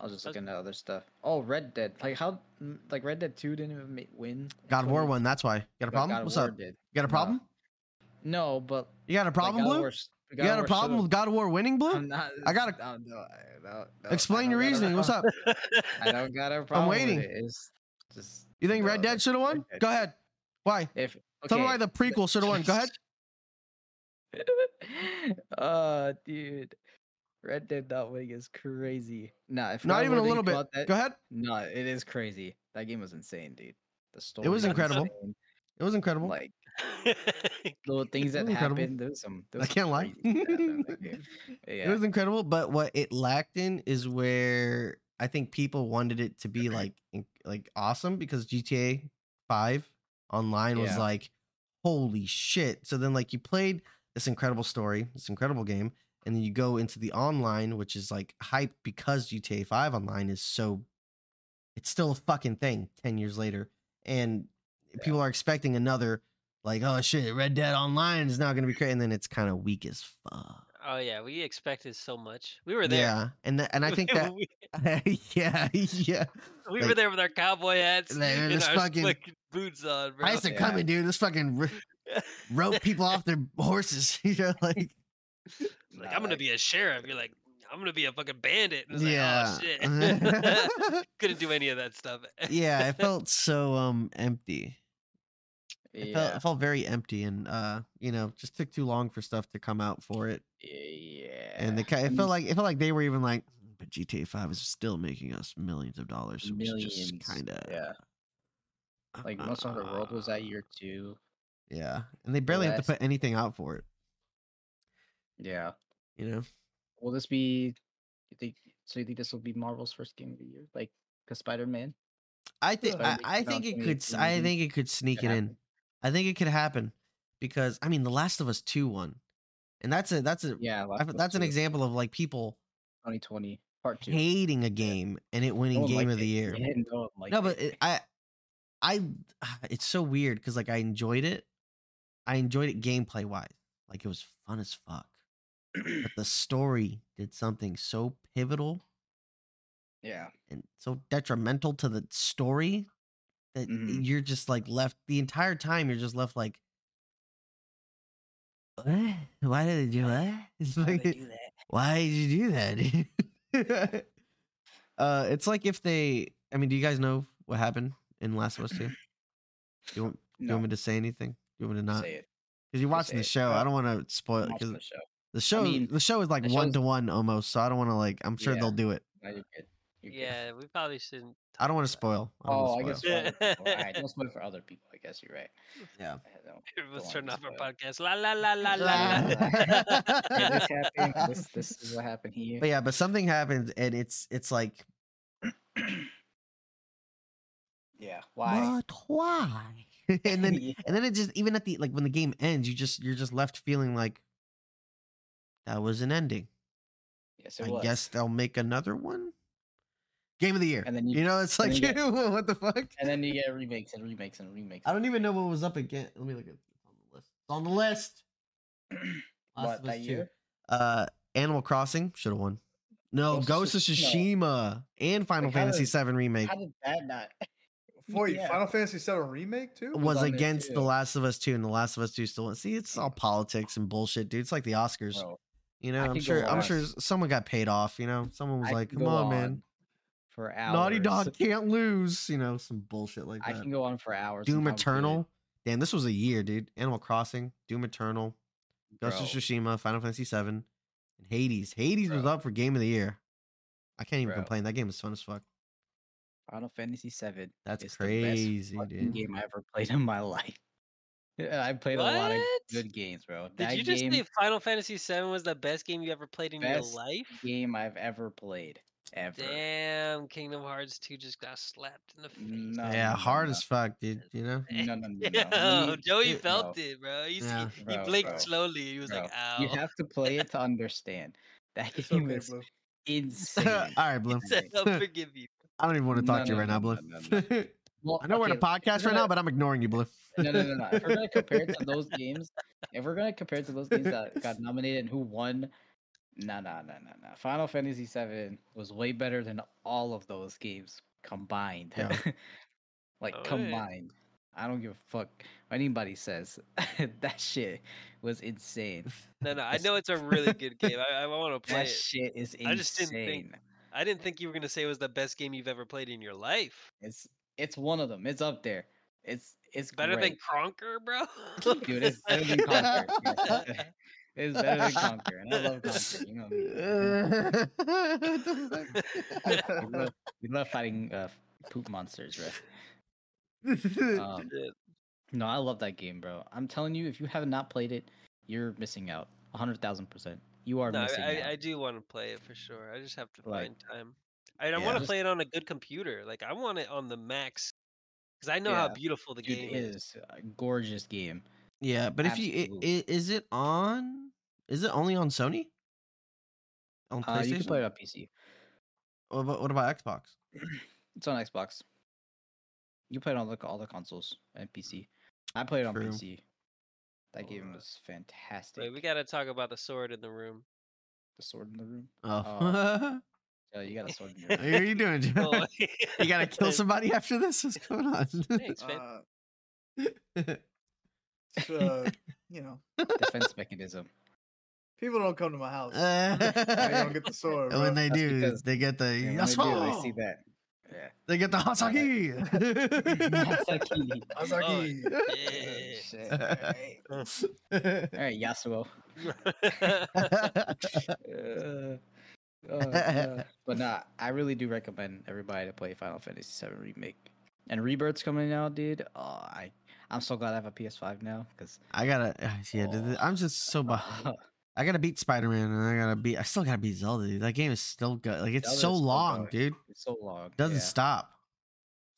B: I was just
D: That's-
B: looking at other stuff. Oh, Red Dead. Like how? mm, Like Red Dead Two didn't even ma- win. in
A: God of War
B: 20
A: one. That's why. Got a
B: but
A: problem?
B: God of
A: What's
B: War
A: up? You
B: Did.
A: got a
B: No.
A: problem?
B: No, but
A: You got a problem,
B: like, God of
A: Blue?
B: War s-
A: You
B: God of
A: got a
B: War
A: problem
B: should've-
A: with God of War winning,
B: I'm
A: Blue?
B: not.
A: I gotta-
B: No, no, I- no, no, Uh, I
A: Explain your
B: don't got a
A: reasoning. What's
B: problem-
A: up?
B: I don't got a problem. with
A: waiting.
B: it, It's just.
A: You think Red
B: no,
A: Dead
B: that's
A: should have won?
B: Dead.
A: Go ahead. Why?
B: If okay.
A: Tell me why the prequel should have won. Go ahead.
B: uh, dude, Red Dead not winning is crazy. Nah, if
A: Not
B: God
A: even a
B: War didn't
A: little
B: come
A: bit.
B: out That,
A: Go ahead.
B: No, it is crazy. That game was insane, dude. The story
A: incredible.
B: insane,
A: It was incredible.
B: Like little things
A: It
B: that
A: was incredible.
B: happened. There was some. There
A: I
B: was some
A: can't lie.
B: crazy shit that happened in that game.
A: It
B: Yeah.
A: was incredible, but what it lacked in is where I think people wanted it to be like in- like awesome because GTA 5 online was
B: Yeah.
A: like holy shit. So then like you played this incredible story, this incredible game, and then you go into the online, which is like hype because GTA 5 online is so it's still a fucking thing 10 years later. And people are expecting another like, oh shit, Red Dead Online is now gonna be crazy, and then it's kind of weak as fuck.
D: Oh yeah, we expected so much. We were there.
A: Yeah, and tha- and I think that
D: we,
A: yeah, yeah.
D: we were
A: like-
D: there with our cowboy hats
A: There,
D: and
A: this
D: our
A: fucking-
D: fucking boots on, bro.
A: I used to
B: yeah.
A: come and do this fucking r- rope people off their horses. You know, like
D: like I'm gonna be a sheriff. You're like, I'm gonna be a fucking bandit. And it's
A: yeah,
D: like, oh shit. Couldn't do any of that stuff.
A: yeah. It felt so um empty. It, felt,
B: Yeah.
A: it felt very empty, and uh, you know, just took too long for stuff to come out for it.
B: Yeah.
A: And they, ki- it felt like it felt like they were even like, but GTA Five is still making us millions of dollars, so we should just
B: Millions,
A: kind of
B: yeah. Like most of the world was
A: uh,
B: that year too.
A: Yeah, and they barely have to
B: last-
A: put anything out for it.
B: Yeah.
A: You know,
B: Will this be? You think? So you think this will be Marvel's first game of the year? Like, cause Spider Man.
A: I think
B: Sorry,
A: I,
B: they
A: I
B: came out
A: think it
B: in
A: could s- I
B: 2018,
A: think it could sneak it in. I think it could happen because I mean, The Last of Us Two won, and that's a that's a
B: Yeah. Last
A: I've-
B: of Us
A: that's an
B: 2,
A: example of like people
B: 2020 part two.
A: hating a game and it winning
B: one
A: Game
B: liked
A: of the
B: it.
A: Year.
B: Yeah, no one liked
A: no, but
B: it.
A: it, I I it's so weird because like I enjoyed it. I enjoyed it gameplay wise, like it was fun as fuck. But the story did something so pivotal
B: yeah.
A: and so detrimental to the story that
B: Mhm.
A: you're just like left the entire time you're just left like what? why did they do that it's like why did you do that dude?" uh it's like if they i mean do you guys know what happened in last of us 2 do you want, do you
B: No.
A: want me to say anything do you want me to not
B: say it.
A: because you're watching
B: say
A: the
B: it.
A: show i
B: Uh,
A: don't want to spoil it
B: I'm watching
A: because
B: the show.
A: the show
B: mean,
A: the show is like
B: the show's-
A: one to one almost so i don't want to like i'm sure
B: Yeah.
A: they'll do it
B: No, you're good. You're good.
D: yeah, we probably shouldn't.
A: i don't want to
D: talk
A: spoil I don't wanna
B: Oh,
A: spoil.
B: I guess for other people. All right, don't spoil for other people. I guess you're right.
A: Yeah.
B: I don't-
D: about it. Everyone's
B: wanna
D: turning off our
B: spoil.
D: podcast. La la la la la.
A: La.
D: la.
B: Yeah, this happened. This, this is what happened here.
A: But yeah, but something happens and it's it's like
B: yeah. Why?
A: but why? and then and then it just even at the like when the game ends, you just you're just left feeling like that was an ending.
B: yes, it
A: I
B: was.
A: guess they'll make another one. Game of the year.
B: And then you-
A: you, know, it's
B: and
A: like
B: then
A: what the fuck?
B: And then you get remakes and remakes and remakes.
A: I don't even know what was up again. Let me look at it's on the list. It's on the list. Last
B: What,
A: of Us
B: that
A: 2.
B: year?
A: Uh Animal Crossing should have won. No, Ghost
B: Ghost
A: of
B: of Tsushima.
A: Tsushima and Final
B: Like, how
A: Fantasy
B: did-
A: VII remake.
B: How did that not?
C: Wait,
B: Yeah.
C: Final Fantasy VII remake too?
B: was
A: was
B: on there
A: against The
B: too.
A: Last of Us 2 and The Last of Us 2 still see it's all politics and bullshit, dude. It's like the Oscars.
B: Bro,
A: you know,
B: I
A: I'm
B: could go
A: sure I'm
B: on.
A: sure s- someone got paid off, you know. Someone was
B: I
A: like,
B: can
A: Come
B: go
A: on, man.
B: For hours.
A: Naughty Dog can't lose, you know, some bullshit like
B: I
A: that.
B: can go on for hours.
A: Doom
B: and how good-
A: Eternal. Damn, this was a year, dude. Animal Crossing, Doom Eternal, Ghost of
B: Bro.
A: Tsushima, Final Fantasy VII, and Hades. Hades was
B: Bro.
A: up for game of the year. I can't even
B: Bro.
A: complain. That game was fun as fuck.
B: Final Fantasy VII.
A: That's
B: is the best
A: crazy,
B: fucking
A: dude.
B: game I ever played in my life. Yeah, I played a lot of
D: What?
B: good games, bro.
D: Did
B: that
D: you just
B: game,
D: say Final Fantasy VII was the best game you ever played in
B: Best
D: your life?
B: game I've ever played ever.
D: Damn, Kingdom Hearts 2 just got slapped in the face.
B: No,
A: yeah,
B: no,
A: hard
B: no.
A: as fuck, dude. You know?
B: No, no, no, no.
D: Yo,
B: You-
D: Joey
A: it-
D: felt
B: bro.
D: it, bro. He, s-
A: Yeah.
D: he
B: Bro,
D: blinked
B: bro,
D: slowly. He was like,
B: Bro,
D: ow.
B: You have to play it to understand. That
C: It's
B: game
C: okay,
B: is
C: Blue.
A: All
B: insane.
A: right, Blue.
D: He said, I'll forgive you.
A: I don't even want to
B: No,
A: talk to you
B: no,
A: right now,
B: no,
A: Blue.
B: no, no, Well,
A: I know we're in a
B: okay,
A: podcast right now, but I'm ignoring you, Blue.
B: no, no, no, no. If we're gonna compare it to those games, if we're gonna compare it to those games that got nominated and who won, no, no, no, no, no. Final Fantasy VII was way better than all of those games combined.
A: Yeah.
B: like
D: Alright.
B: combined. I don't give a fuck what anybody says. that shit was insane.
D: No, no, I
A: That's-
D: know it's a really good game. I, I want to play
B: That
D: it.
B: shit is insane.
D: I just didn't think- I didn't think you were gonna say it was the best game you've ever played in your life.
B: It's it's one of them. It's up there. It's it's
D: Better
B: great.
D: than Cronker, bro.
B: Dude, it's better than Conquer. yeah. it's better than Conquer, and I love Conquer. You know me. We love, we love fighting uh, poop monsters, bro. Um,
D: Shit.
B: no, I love that game, bro. I'm telling you, if you have not played it, you're missing out. 100,000%. You are
D: No, I,
B: missing
D: I,
B: out.
D: I do want to play it for sure. I just have to
B: Like-
D: find time. I don't
B: Yeah.
D: want to
B: Just-
D: play it on a good computer. Like I want it on the max, because I know how
B: Yeah.
D: beautiful the
B: Dude,
D: game
B: it is a gorgeous game.
A: Yeah, but if you i-
B: Absolutely.
A: i- is it on? Is it only on Sony? On PlayStation.
B: Uh, you can play it on PC.
A: What about, what about Xbox?
B: It's on Xbox. You play it on like all the consoles and PC. I played it on
A: True.
B: PC. That game
C: Alright.
B: was fantastic.
D: Wait, we gotta talk about the sword in the room.
B: the sword in the room.
A: Oh,
B: Uh, yeah, you got a sword in your
A: what are you doing? Joe?
D: Oh,
A: you gotta kill somebody after this. What's going on?
D: Thanks, man.
C: Uh, it's, uh, you know,
B: defense mechanism.
C: people don't come to my house. I
A: Uh,
C: don't get the sword.
A: when
C: bro.
A: they
B: That's
A: do,
B: because-
A: they get the
B: Yeah, when they do, they
A: Yasuo!
B: see that. Yeah.
A: They get the
B: That's
A: Hasaki.
B: like he-
C: I was like,
D: Oh,
C: "Ee."
D: yeah.
B: Shit. All right, Yasuo. Uh, uh, uh, but nah, I really do recommend everybody to play Final Fantasy VII Remake. And Rebirth's coming out, dude. Oh, I, I'm so glad I have a PS5 now because
A: I gotta. ah, Yeah, dude, th- I'm just so behind. I gotta beat Spider Man, and I gotta beat. I still gotta beat Zelda. Dude. That game is still good. Like it's
B: Zelda
A: so
B: is still
A: long,
B: going.
A: dude.
B: it's so long.
A: Doesn't
B: yeah.
A: stop.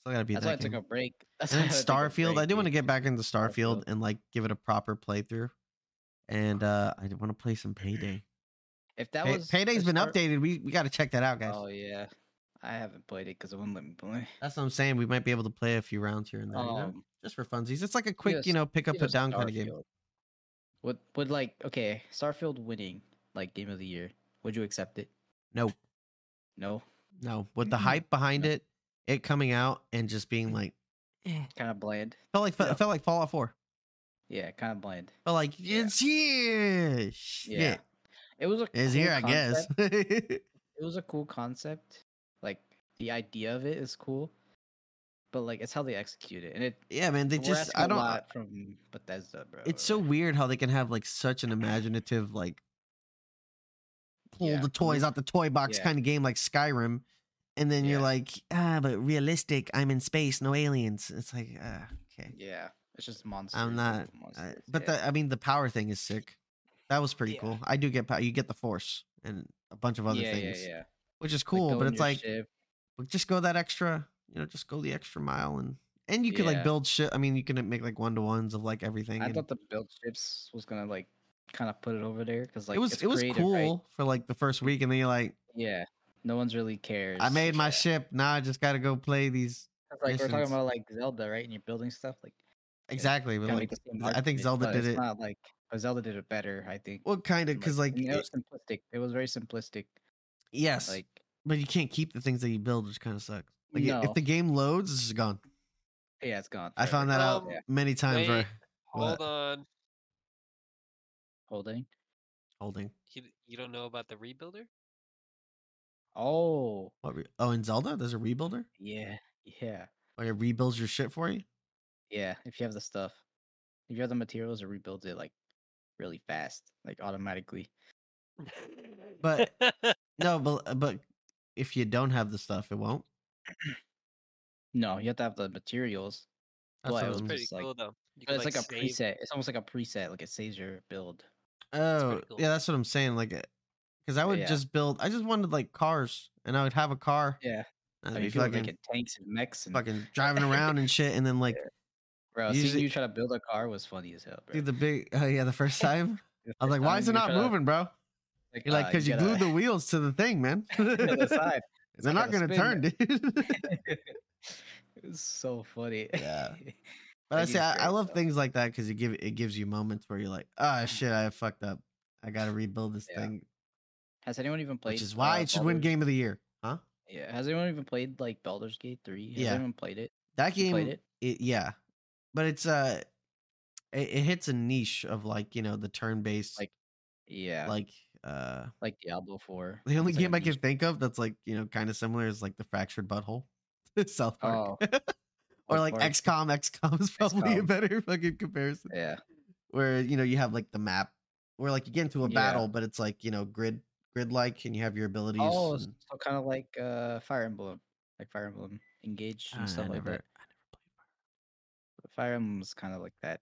A: Still gotta beat
B: That's why I
A: that
B: took
A: game.
B: a break. That's
A: and
B: why
A: then
B: I took a
A: Starfield. I
B: break,
A: do want to
B: dude.
A: get back into Starfield
B: Starfield.
A: and like give it a proper playthrough. And uh I want to play some Payday.
B: If Uh-huh. that
A: Pay-
B: was
A: Payday's
B: the
A: been
B: start-
A: updated. We we got to check that out, guys.
B: Oh yeah, I haven't played it because it wouldn't let me play.
A: That's what I'm saying. We might be able to play a few rounds here and there, you know?
B: Um,
A: just for funsies. It's like a quick,
B: Yes,
A: you know, pick up
B: you know,
A: put down kind of game.
B: Starfield. Would would like okay, Starfield winning like game of the year? Would you accept it?
A: No,
B: No,
A: no. With the hype behind
B: No.
A: it, it coming out and just being like, eh.
B: kind of bland.
A: felt like
C: Yeah.
A: it felt like Fallout Four.
B: Yeah, kind of bland.
A: Felt like
B: Yeah.
A: it's here.
B: Yeah,
A: Shit.
B: it was a.
A: It's
B: cool
A: here, I guess.
B: concept. It was a cool concept. Like the idea of it is cool, but like it's how they execute it, and it.
A: yeah, man. They
B: we're
A: just
B: asking
A: I don't
B: a lot from Bethesda, bro.
A: it's so
B: like,
A: weird how they can have like such an imaginative like pull
B: Yeah.
A: the toys out the toy box
B: Yeah.
A: kind of game like Skyrim, and then you're
B: Yeah.
A: like, ah, but realistic. I'm in space, no aliens. It's like, ah, okay.
B: Yeah, it's just monsters.
A: I'm
B: and
A: not. I,
B: monsters,
A: but
B: yeah.
A: the I mean, the power thing is sick. That was pretty
B: Yeah.
A: cool. I do get power. You get the force and a bunch of other
B: yeah,
A: things,
B: Yeah, yeah. Like,
A: which is cool.
B: go
A: but
B: in
A: it's
B: your
A: like,
B: ship,
A: but just go that extra. You know, just go the extra mile and and you could
B: Yeah.
A: like build shit. I mean, you can make like one to ones of like everything.
B: I
A: and-
B: thought the build chips was gonna like kind of put it over there because like
A: it was
B: it's
A: it was
B: creative,
A: cool
B: right?
A: for like the first week, and then you're like,
B: Yeah, no one's really cares.
A: I made my
B: Yeah.
A: ship. Now I just got to go play these.
B: It's Like we're talking
A: missions.
B: about like Zelda, right? And you're building stuff like
A: Exactly, but
B: kinda
A: like
B: make the same
A: I think
B: argument,
A: Zelda
B: but
A: did
B: it's
A: it.
B: Not like but Zelda did it better, I think.
A: Well, kind of
B: and,
A: because like,
B: and it
A: it-
B: was simplistic. It was very simplistic.
A: yes,
B: Like
A: but you can't keep the things that you build, which kind of sucks. Like i-
B: No.
A: if the game loads, it's gone.
B: yeah, it's gone.
A: I
B: forever.
A: found that out
D: Um,
B: Yeah.
A: many times.
D: wait.
A: Where,
D: Hold
A: What?
D: on.
B: holding.
A: holding.
D: You, you don't know about the rebuilder?
B: Oh
A: What re- oh, in Zelda, there's a rebuilder.
B: yeah, yeah,
A: Like it rebuilds your shit for you.
B: yeah. If you have the stuff, if you have the materials, it rebuilds it like really fast, like automatically.
A: But- No, but uh, but if you don't have the stuff, it won't.
B: No, you have to have the materials.
A: That's
B: Well,
A: what
B: it was
A: I'm-
D: pretty
B: just like-
D: cool though. You
B: But
D: could,
B: it's like, a
D: save-
B: preset. It's almost like a preset. Like it saves your build.
A: oh
D: pretty cool.
A: yeah, that's what I'm saying. Like, because I would
B: Yeah.
A: just build. I just wanted like cars, and I would have a car.
B: Yeah.
A: and
B: I
A: I'd
B: mean,
A: be
B: people are
A: fucking,
B: making tanks and mechs and
A: fucking driving around and shit, and then like
B: bro.
A: usually-
B: Seeing you try to build a car was funny as hell, bro.
A: Dude, the big oh yeah, the first time
B: The
A: I was
B: first
A: like, "Why
B: time
A: is it
B: you
A: not
B: try to-
A: moving, bro?"
B: like,
A: You're like,
B: uh,
A: "Cause you
B: gotta-
A: glued the wheels to the thing, man.
B: to the
A: They're
B: side.
A: not
B: gotta
A: gonna turn,
B: spin
A: dude."
B: it was so funny.
A: Yeah. But
B: That
A: I
B: game
A: say
B: was
A: I, I
B: great,
A: love
B: though.
A: things like that because it give it gives you moments where you're like, "Ah, shit, I fucked up. I gotta rebuild this
B: Yeah.
A: thing,"
B: Has anyone even played?
A: which is why
B: uh,
A: it should win
B: Baldur's-
A: Game of the Year, huh?
B: Yeah. Has anyone even played like Baldur's Gate three? Has
A: Yeah.
B: anyone played it?
A: That
B: You
A: game,
B: played
A: it?
B: it?
A: yeah, but it's uh, it, it hits a niche of like you know the turn based like,
B: Like, Yeah. Like,
A: like uh
B: Diablo four.
A: The only
B: It's like a
A: game I can
B: niche-
A: think of that's like you know kind of similar is like the fractured butthole, South
B: Oh,
A: Park, or
B: South
A: like
B: Park.
A: XCOM. XCOM is probably a
B: XCOM.
A: better fucking comparison.
B: Yeah.
A: Where you know you have like the map, where like you get into a
B: Yeah.
A: battle, but it's like you know grid grid like, and you have your abilities.
B: Oh,
A: and-
B: so kind of like uh, Fire Emblem, like Fire Emblem Engage
A: Ah,
B: and stuff
A: I
B: like
A: never-
B: that. Fire Emblem's kind of like that.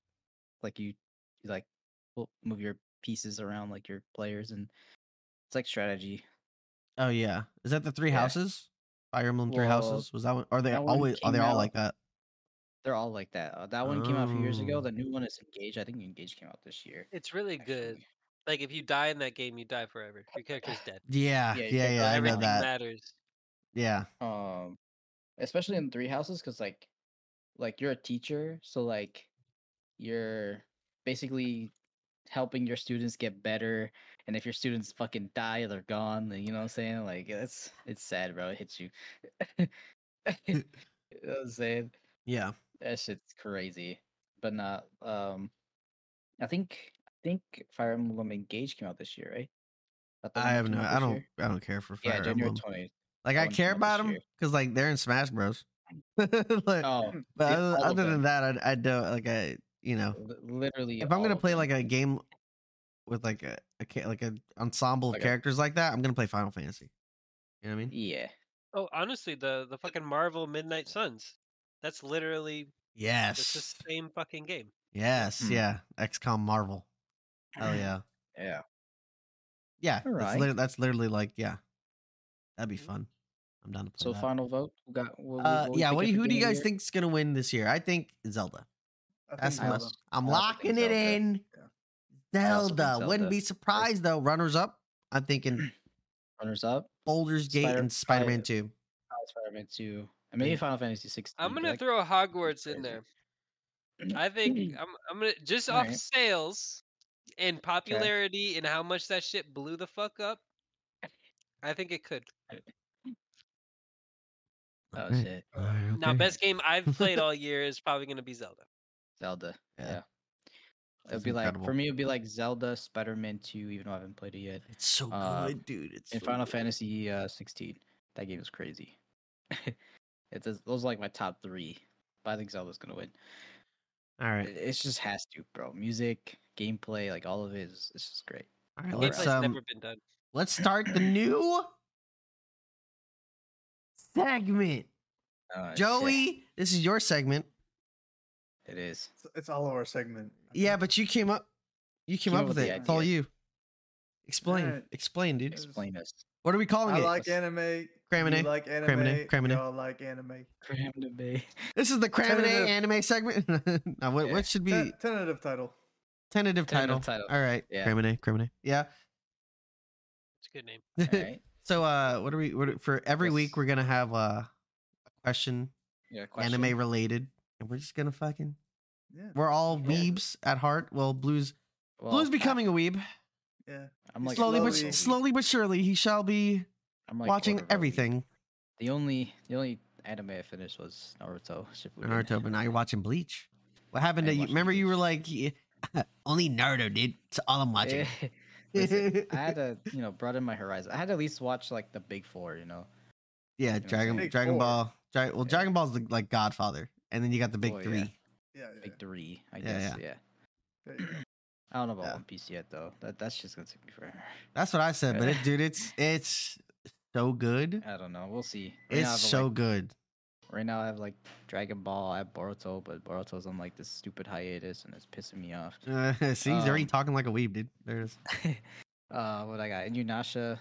B: Like you, you like mo- move your pieces around like your players, and it's like strategy.
A: Oh yeah, is that the three
B: Yeah.
A: houses? Fire Emblem Three
B: Well,
A: Houses was that one? Are they
B: that one
A: always are they
B: came
A: all
B: out-
A: like that?
B: They're all like that. Uh, that one came out a few years ago. The
A: Oh.
B: new one is Engage. I think Engage came out this year.
D: It's really good.
B: actually.
D: Like if you die in that game, you die forever. Your character's dead.
A: Yeah,
B: Yeah,
A: yeah,
B: you
A: yeah.
B: can
D: so
B: buy
A: I know
D: everything
A: that.
D: matters.
A: Yeah.
B: Um, especially in Three Houses, because like, like you're a teacher, so like, you're basically helping your students get better. And if your students fucking die, they're gone. then You know what I'm saying? Like, it's it's sad, bro. It hits you. you know what I'm saying?
A: Yeah.
B: That shit's crazy. But not um I think I think Fire Emblem Engage came out this year, right? That the one
A: I
B: that
A: have
B: came
A: no.
B: out
A: I
B: this
A: don't.
B: year?
A: I don't care for Fire
B: Yeah, January
A: Emblem.
B: twentieth.
A: Like
B: that
A: I
B: one came
A: care
B: out this
A: about them
B: year.
A: because like they're in Smash Bros. like,
B: Oh
A: but
B: yeah,
A: other,
B: all of
A: other
B: them.
A: than that, I, I don't like. I you know,
B: li- literally
A: if I'm
B: all
A: gonna
B: of
A: play
B: them.
A: like a game with like a, a ca- like an ensemble of
B: Like a-
A: characters like that, I'm gonna play Final Fantasy. You know what I mean?
B: Yeah.
D: Oh, honestly, the the fucking Marvel Midnight Suns. That's literally it's
A: Yes.
D: the same fucking game.
A: Yes.
B: Hmm.
A: Yeah. XCOM Marvel. Oh yeah.
B: Yeah.
A: Yeah. That's,
B: Alright.
A: lit that's literally like yeah. That'd be
D: Mhm.
A: fun. I'm down to play
B: Mm-hmm. So
A: that.
B: final vote. We got what we-
A: Uh,
B: what we
A: yeah. What do
B: picking
A: you,
B: for
A: who do you
B: Game of
A: guys
B: the Year?
A: think's gonna win this year? I think Zelda.
C: I
A: That's
C: think
A: my.
B: Zelda.
A: I'm
B: I also think
A: locking it
B: Zelda.
A: in.
B: I also think
A: Zelda. Wouldn't
B: Zelda.
A: be surprised though. Runners up. I'm thinking
B: Runners up.
A: Boulder's Gate
B: Spider-
A: and Spider-Man Two.
B: Spider Man two. And maybe
A: Yeah.
B: Final Fantasy sixteen.
D: I'm
B: but,
D: gonna
B: like,
D: throw Hogwarts
B: crazy.
D: in there. I think
A: Hmm.
D: I'm I'm gonna just off
B: Alright.
D: sales and popularity and how much that shit blew the fuck up. I think it could.
B: Oh
A: Alright.
B: shit.
A: Alright,
D: Now,
A: okay.
D: best game I've played all year is probably gonna be Zelda.
B: Zelda.
A: Yeah.
B: Yeah.
A: That's
B: It'd be like
A: incredible.
B: for me it'd be like Zelda, Spider Man two, even though I haven't played it yet.
A: It's so
B: uh,
A: good, dude. It's
B: And
A: so
B: Final
A: good.
B: Fantasy uh, 16. That game is crazy. it's those are like my top three. But I think Zelda's gonna win.
A: All right.
B: It it's just has to, bro. Music, gameplay, like all of it is it's just great.
A: All right,
B: Well,
D: Gameplay's
A: let's um,
D: never been done.
A: let's start the new segment.
B: Uh, shit,
A: Joey, this is your segment.
B: it is.
C: It's, it's all over segment. I
A: Yeah,
C: think.
A: but you came up, you came, up with it.
B: the
A: It's all
B: idea.
A: you. Explain,
C: Alright.
A: explain, dude.
C: Ex-
B: Explain us.
A: What are we calling
C: I
A: it?
C: like
B: Let's-
C: anime.
A: Cramine.
C: You like anime.
A: Cramine. Cramine.
C: Y'all like anime.
B: Crammed
A: this is the Cramine
C: Tentative.
A: anime segment. now, what,
B: Yeah.
A: what should be
C: Ten- tentative title.
A: tentative, title?
B: tentative title.
A: All right,
B: Yeah.
A: Cramine, Cramine. Yeah.
D: It's a good name.
B: Alright.
A: so, uh, what are we? What, are- for every week,
B: What's-
A: we're gonna have uh, a question,
B: Yeah, question.
A: anime related, and we're just gonna fucking.
C: Yeah.
A: We're all
C: Yeah.
A: weebs at heart. Well, blues.
B: Well,
A: Blue's becoming a weeb.
C: Yeah.
B: I'm like
A: slowly,
C: slowly.
A: but slowly but surely, he shall be
B: I'm like
A: watching
B: quarter of a week.
A: everything.
B: The only the only anime I finished was Naruto. Shippuden.
A: Naruto, but now you're watching Bleach. What happened
B: I
A: to
B: ain't
A: you?
B: watching
A: Remember, you were
B: Bleach.
A: like, yeah, only Naruto, dude. It's all I'm watching.
B: Eh, Listen, I had to, you know, broaden my horizon. I had to at least watch like the big four, you know.
A: yeah,
B: I'm
A: Dragon
C: saying.
A: Dragon
C: Big four.
A: Ball. Dra- well,
B: Yeah.
A: Dragon Ball's the, like Godfather, and then you got the big
B: Oh, yeah.
A: three.
C: Yeah. yeah.
B: Big three, I
A: Yeah,
B: guess. Yeah.
C: There you go.
B: I don't know about
A: Yeah.
B: One Piece yet though. That that's just gonna take me forever.
A: That's what I said, but it,
B: Yeah.
A: dude, it's it's so good.
B: I don't know. We'll see. Right now I
A: It's
B: have,
A: so
B: like,
A: good.
B: right now I have like Dragon Ball, I have Boruto, but Boruto's on like this stupid hiatus and it's pissing me off.
A: Uh, see, he's already
B: Um,
A: talking like a weeb, dude. There it is.
B: uh what I got? Inuyasha.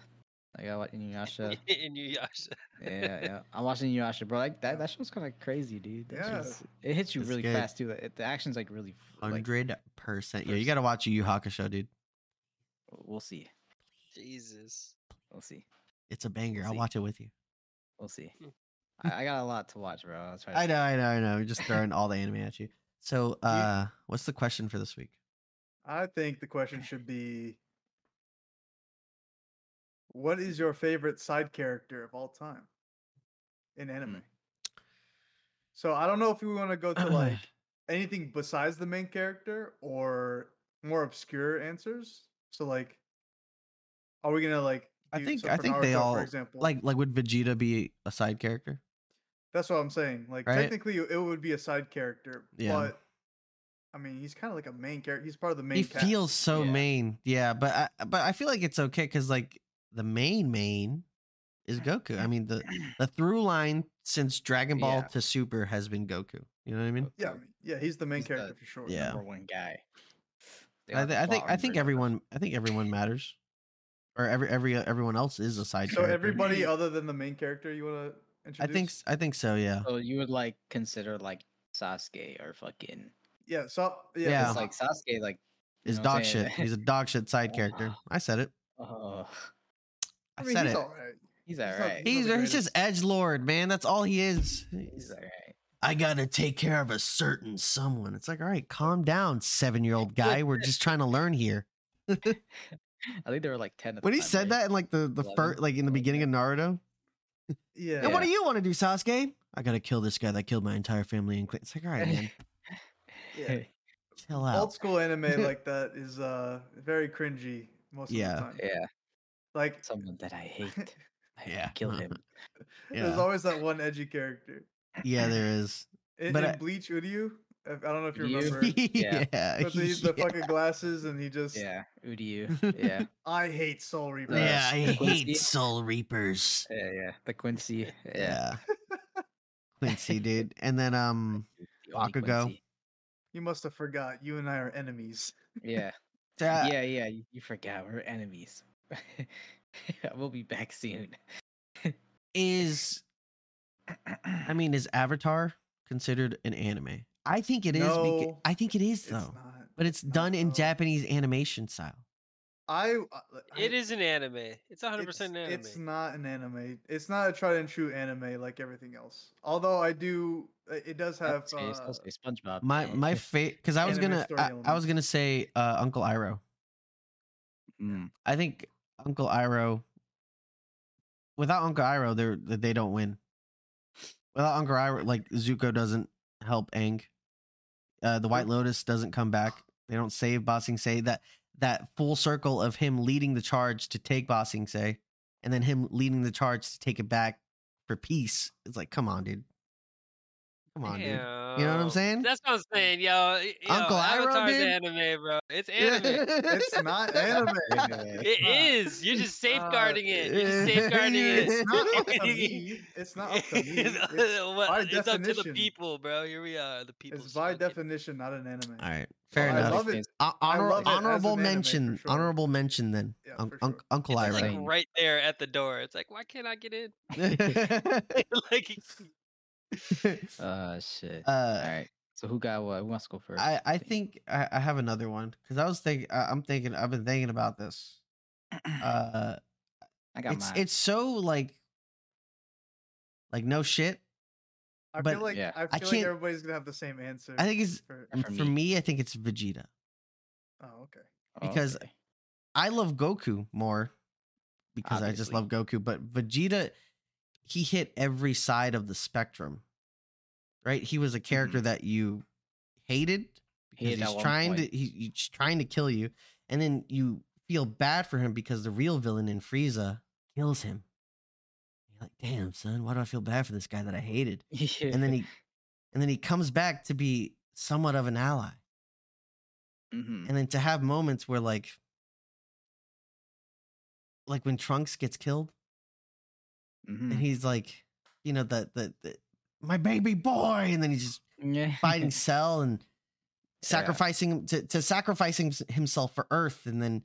B: I got what Inuyasha.
D: In Yasha.
B: yeah, yeah. I'm watching Inuyasha, bro. Like that that show's kinda crazy, dude. That
C: Yeah.
B: show's- it hits you
A: It's
B: really
A: good.
B: fast too. It, the action's like really f- like
A: Hundred percent. Yeah, you
B: first-
A: got to watch Yu Yu Hakusho, dude.
B: we'll see.
D: Jesus.
B: We'll see.
A: It's a banger. I'll
B: see.
A: watch it with you.
B: We'll see.
D: Hmm.
B: I, I got a lot to watch, bro. I'll try to
A: I know, I know, I know. We're just throwing all the anime at you. So, uh, what's the question for this week?
C: I think the question should be What is your favorite side character of all time in
A: Hmm.
C: anime? So I don't know if we want to go to like anything besides the main character or more obscure answers. So like are we gonna like
A: I
C: do-
A: think-
C: so
A: I
C: for
A: think they
C: Naruto,
A: all,
C: for example
A: Like, like, would Vegeta be a side character?
C: that's what I'm saying. Like
A: Right?
C: technically it would be a side character,
A: Yeah.
C: but I mean he's kinda like a main character. He's part of the main
A: he
C: cast.
A: feels so
B: Yeah.
A: main, yeah. But I, but I feel like it's okay because like the main main is Goku. I mean the the through line since Dragon Ball
B: Yeah. Oh,
A: to Super has been Goku. You know what I mean?
C: yeah, I mean, yeah, he's the main
B: He's the-
C: character for sure.
A: Yeah.
B: number one guy. They
A: I,
B: are
A: th- I think I
B: clogged
A: think
B: right now.
A: everyone I think everyone matters, or every every everyone else is a side
C: So
A: character.
C: everybody other than the main character you want to
A: I
C: introduce?
B: Oh,
A: think s- I think so. Yeah.
B: So you would like consider like Sasuke are fucking.
C: Yeah. So yeah.
A: Yeah.
C: so-
B: It's like Sasuke, like you
A: Is
B: know what I'm
A: dog shit.
B: saying?
A: He's a dog shit side character. I said it.
B: Oh,
A: I,
C: I mean,
A: said
C: he's
A: it.
C: all right.
B: he's
C: not-
B: alright.
A: He's
C: He's not the
A: he's just edge lord, man. That's all he is.
B: He's alright.
A: I gotta take care of a certain someone. It's like, all right, calm down, seven year old guy. We're just trying to learn here.
B: I think there were like ten. At
A: When
B: the
A: he
B: time,
A: said
B: right?
A: that in like the the first,
B: Eleven,
A: like in the
B: something like
A: beginning of
B: that.
A: Naruto,
C: Yeah.
A: and what do you want to do, Sasuke? I gotta kill this guy that killed my entire family. And it's like, all right, man,
C: Yeah.
A: chill out.
C: Old school anime like that is uh very cringy most
A: Yeah.
C: of the time.
B: yeah,
C: Like
B: someone that I hate. I
A: Yeah.
B: yeah, kill him.
A: Yeah.
C: there's always that one edgy character.
A: Yeah, there is.
C: In,
A: But
C: in
A: I-
C: Bleach, Uryu. I I don't know if you
B: You-
C: remember.
A: yeah,
B: Yeah.
C: But the, the fucking glasses, and he just,
B: Yeah, Udiu. Yeah,
C: I hate Soul Reaper.
A: Yeah, I
B: Quincy.
A: hate Soul Reapers.
B: yeah, yeah. The Quincy. Yeah,
A: Yeah. Quincy, dude. And then um
B: the only
A: Bakugo.
B: Quincy.
C: You must have forgot. You and I are enemies.
B: Yeah,
A: yeah.
B: yeah, yeah. You, you forgot we're enemies. we'll be back soon.
A: is I mean, is Avatar considered an anime? I think it is. beca-
C: No,
A: I think it is
C: It's
A: though,
C: not.
A: but it's
C: not,
A: done in
C: no.
A: Japanese animation style.
C: I. uh, I-
D: It is an anime. It's 100%
C: it's-
D: an anime.
C: It's not an anime. It's not a tried and true anime like everything else. Although I do, uh, it does
B: Don't
C: have.
B: say-
C: uh,
B: don't say SpongeBob.
A: My my favorite, because I was
C: Anime
A: gonna
C: story
A: I, I was
C: elements.
A: gonna say uh, Uncle Iroh.
B: Mm,
A: I think Uncle Iroh. Without Uncle Iroh, they are they don't win. Without Uncle Iroh, like Zuko doesn't help Aang. Uh, the White Lotus doesn't come back. They don't save Bossing Say. That that full circle of him leading the charge to take Bossing Say, and then him leading the charge to take it back for peace. It's like, come on, dude. Come on, You know what I'm
D: Yo,
A: saying?
D: That's what I'm saying, yo. y- yo,
A: Uncle Iroh,
D: Avatar's
A: dude.
D: anime, bro. It's
A: dude.
D: anime.
C: It's not anime.
D: It is. You're just safeguarding it. You're just safeguarding
A: It's
D: it.
C: Uh, eh, It's not up to me. It's not up to me. It's,
D: What-
C: by
D: it's up to the
C: definition.
D: people, bro. Here we are. The people.
C: it's by definition not an anime.
A: All right, fair
C: Oh, I
A: enough.
C: love it.
A: Uh, honor-
C: love it as an
A: honorable
C: anime, for
A: mention.
C: sure.
A: Honorable mention. Then
C: Yeah,
A: Unc
C: for
A: Unc-
C: sure.
A: Uncle
D: It's like
A: Iroh.
B: Iroh.
D: right there at the door. It's like, why can't I get in? like,
B: Uh, shit. All
A: uh,
B: right. So who got what? Who wants to go first?
A: I I think I, I have another one because I was thinking I, I'm thinking I've been thinking about this. Uh,
B: I got
A: it's
B: mine.
A: it's so like like no shit.
C: I
A: But-
C: feel like
B: Yeah.
C: I
A: I
C: feel like
A: can't-
C: everybody's gonna have the same answer.
A: I think it's
C: For,
A: for me,
B: me.
A: I think it's Vegeta.
C: oh, okay.
B: Oh,
A: because
B: okay.
A: I love Goku more because I just love
B: Obviously.
A: Goku, but Vegeta he hit every side of the spectrum. Right? He was a character that you hated because
B: Mm-hmm. Hated at
A: he's
B: one
A: trying
B: point.
A: to he, he's trying to kill you and then you feel bad for him because the real villain in Frieza kills him. You're like, "Damn, son, why do I feel bad for this guy that I hated?" And then he and then he comes back to be somewhat of an ally
B: Mhm.
A: and then to have moments where like like when trunks gets killed and
B: Mhm.
A: he's like you know the, the the my baby boy and then he's just
B: Yeah.
A: fighting cell and sacrificing him to, to sacrificing s- himself for earth and then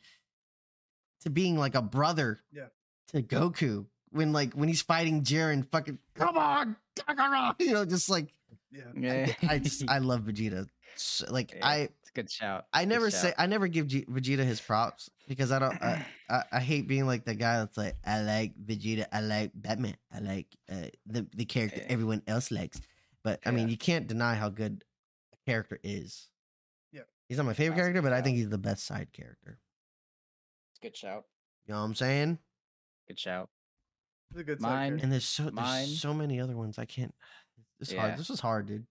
A: to being like a brother
C: Yeah.
A: to goku when like when he's fighting jiren fucking come on Kakarot! you know just like
C: Yeah.
B: Yeah.
A: i just i love vegeta S- like
B: Yeah,
A: i
B: It's a good shout.
A: I
B: good
A: never say
B: shout.
A: I never give G- Vegeta his props because I don't. uh I, I, I hate being like the guy that's like I like Vegeta, I like Batman, I like uh, the the character
B: Yeah.
A: everyone else likes. But I mean,
B: Eh. Yeah.
A: you can't deny how good a character is.
C: Yeah.
A: he's not my favorite
B: That's a
A: character,
B: good
A: but I
B: shout.
A: think he's the best side character.
B: Good shout.
A: You know what I'm saying?
B: Good shout.
C: It's a good
B: Mine-
C: Mine.
A: And there's so
B: Mine-
A: there's so many other ones I can't. This is
B: Yeah.
A: hard. This was hard, dude.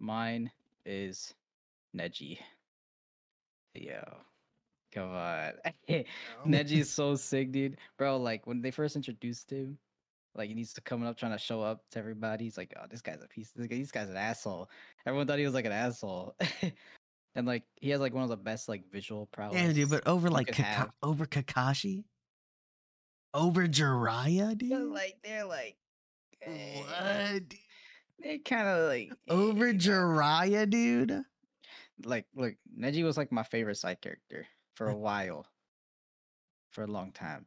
B: Mine is Neji. Yo. Come on.
A: Oh.
B: Neji is so sick, dude. Bro, like when they first introduced him, like he needs to coming up trying to show up to everybody. He's like, oh, this guy's a piece. This, guy, this guy's an asshole. Everyone thought he was like an asshole. and like he has like one of the best like visual prowess.
A: Damn, dude. But over like
B: could
A: Kaka-
B: have.
A: over Kakashi, over Jiraiya, dude.
B: But, like they're like eh,
A: what? dude?
B: They kind of like
A: Over
B: eh, you know.
A: Jiraiya, dude.
B: like look, Neji was like my favorite side character for a while. For a long time.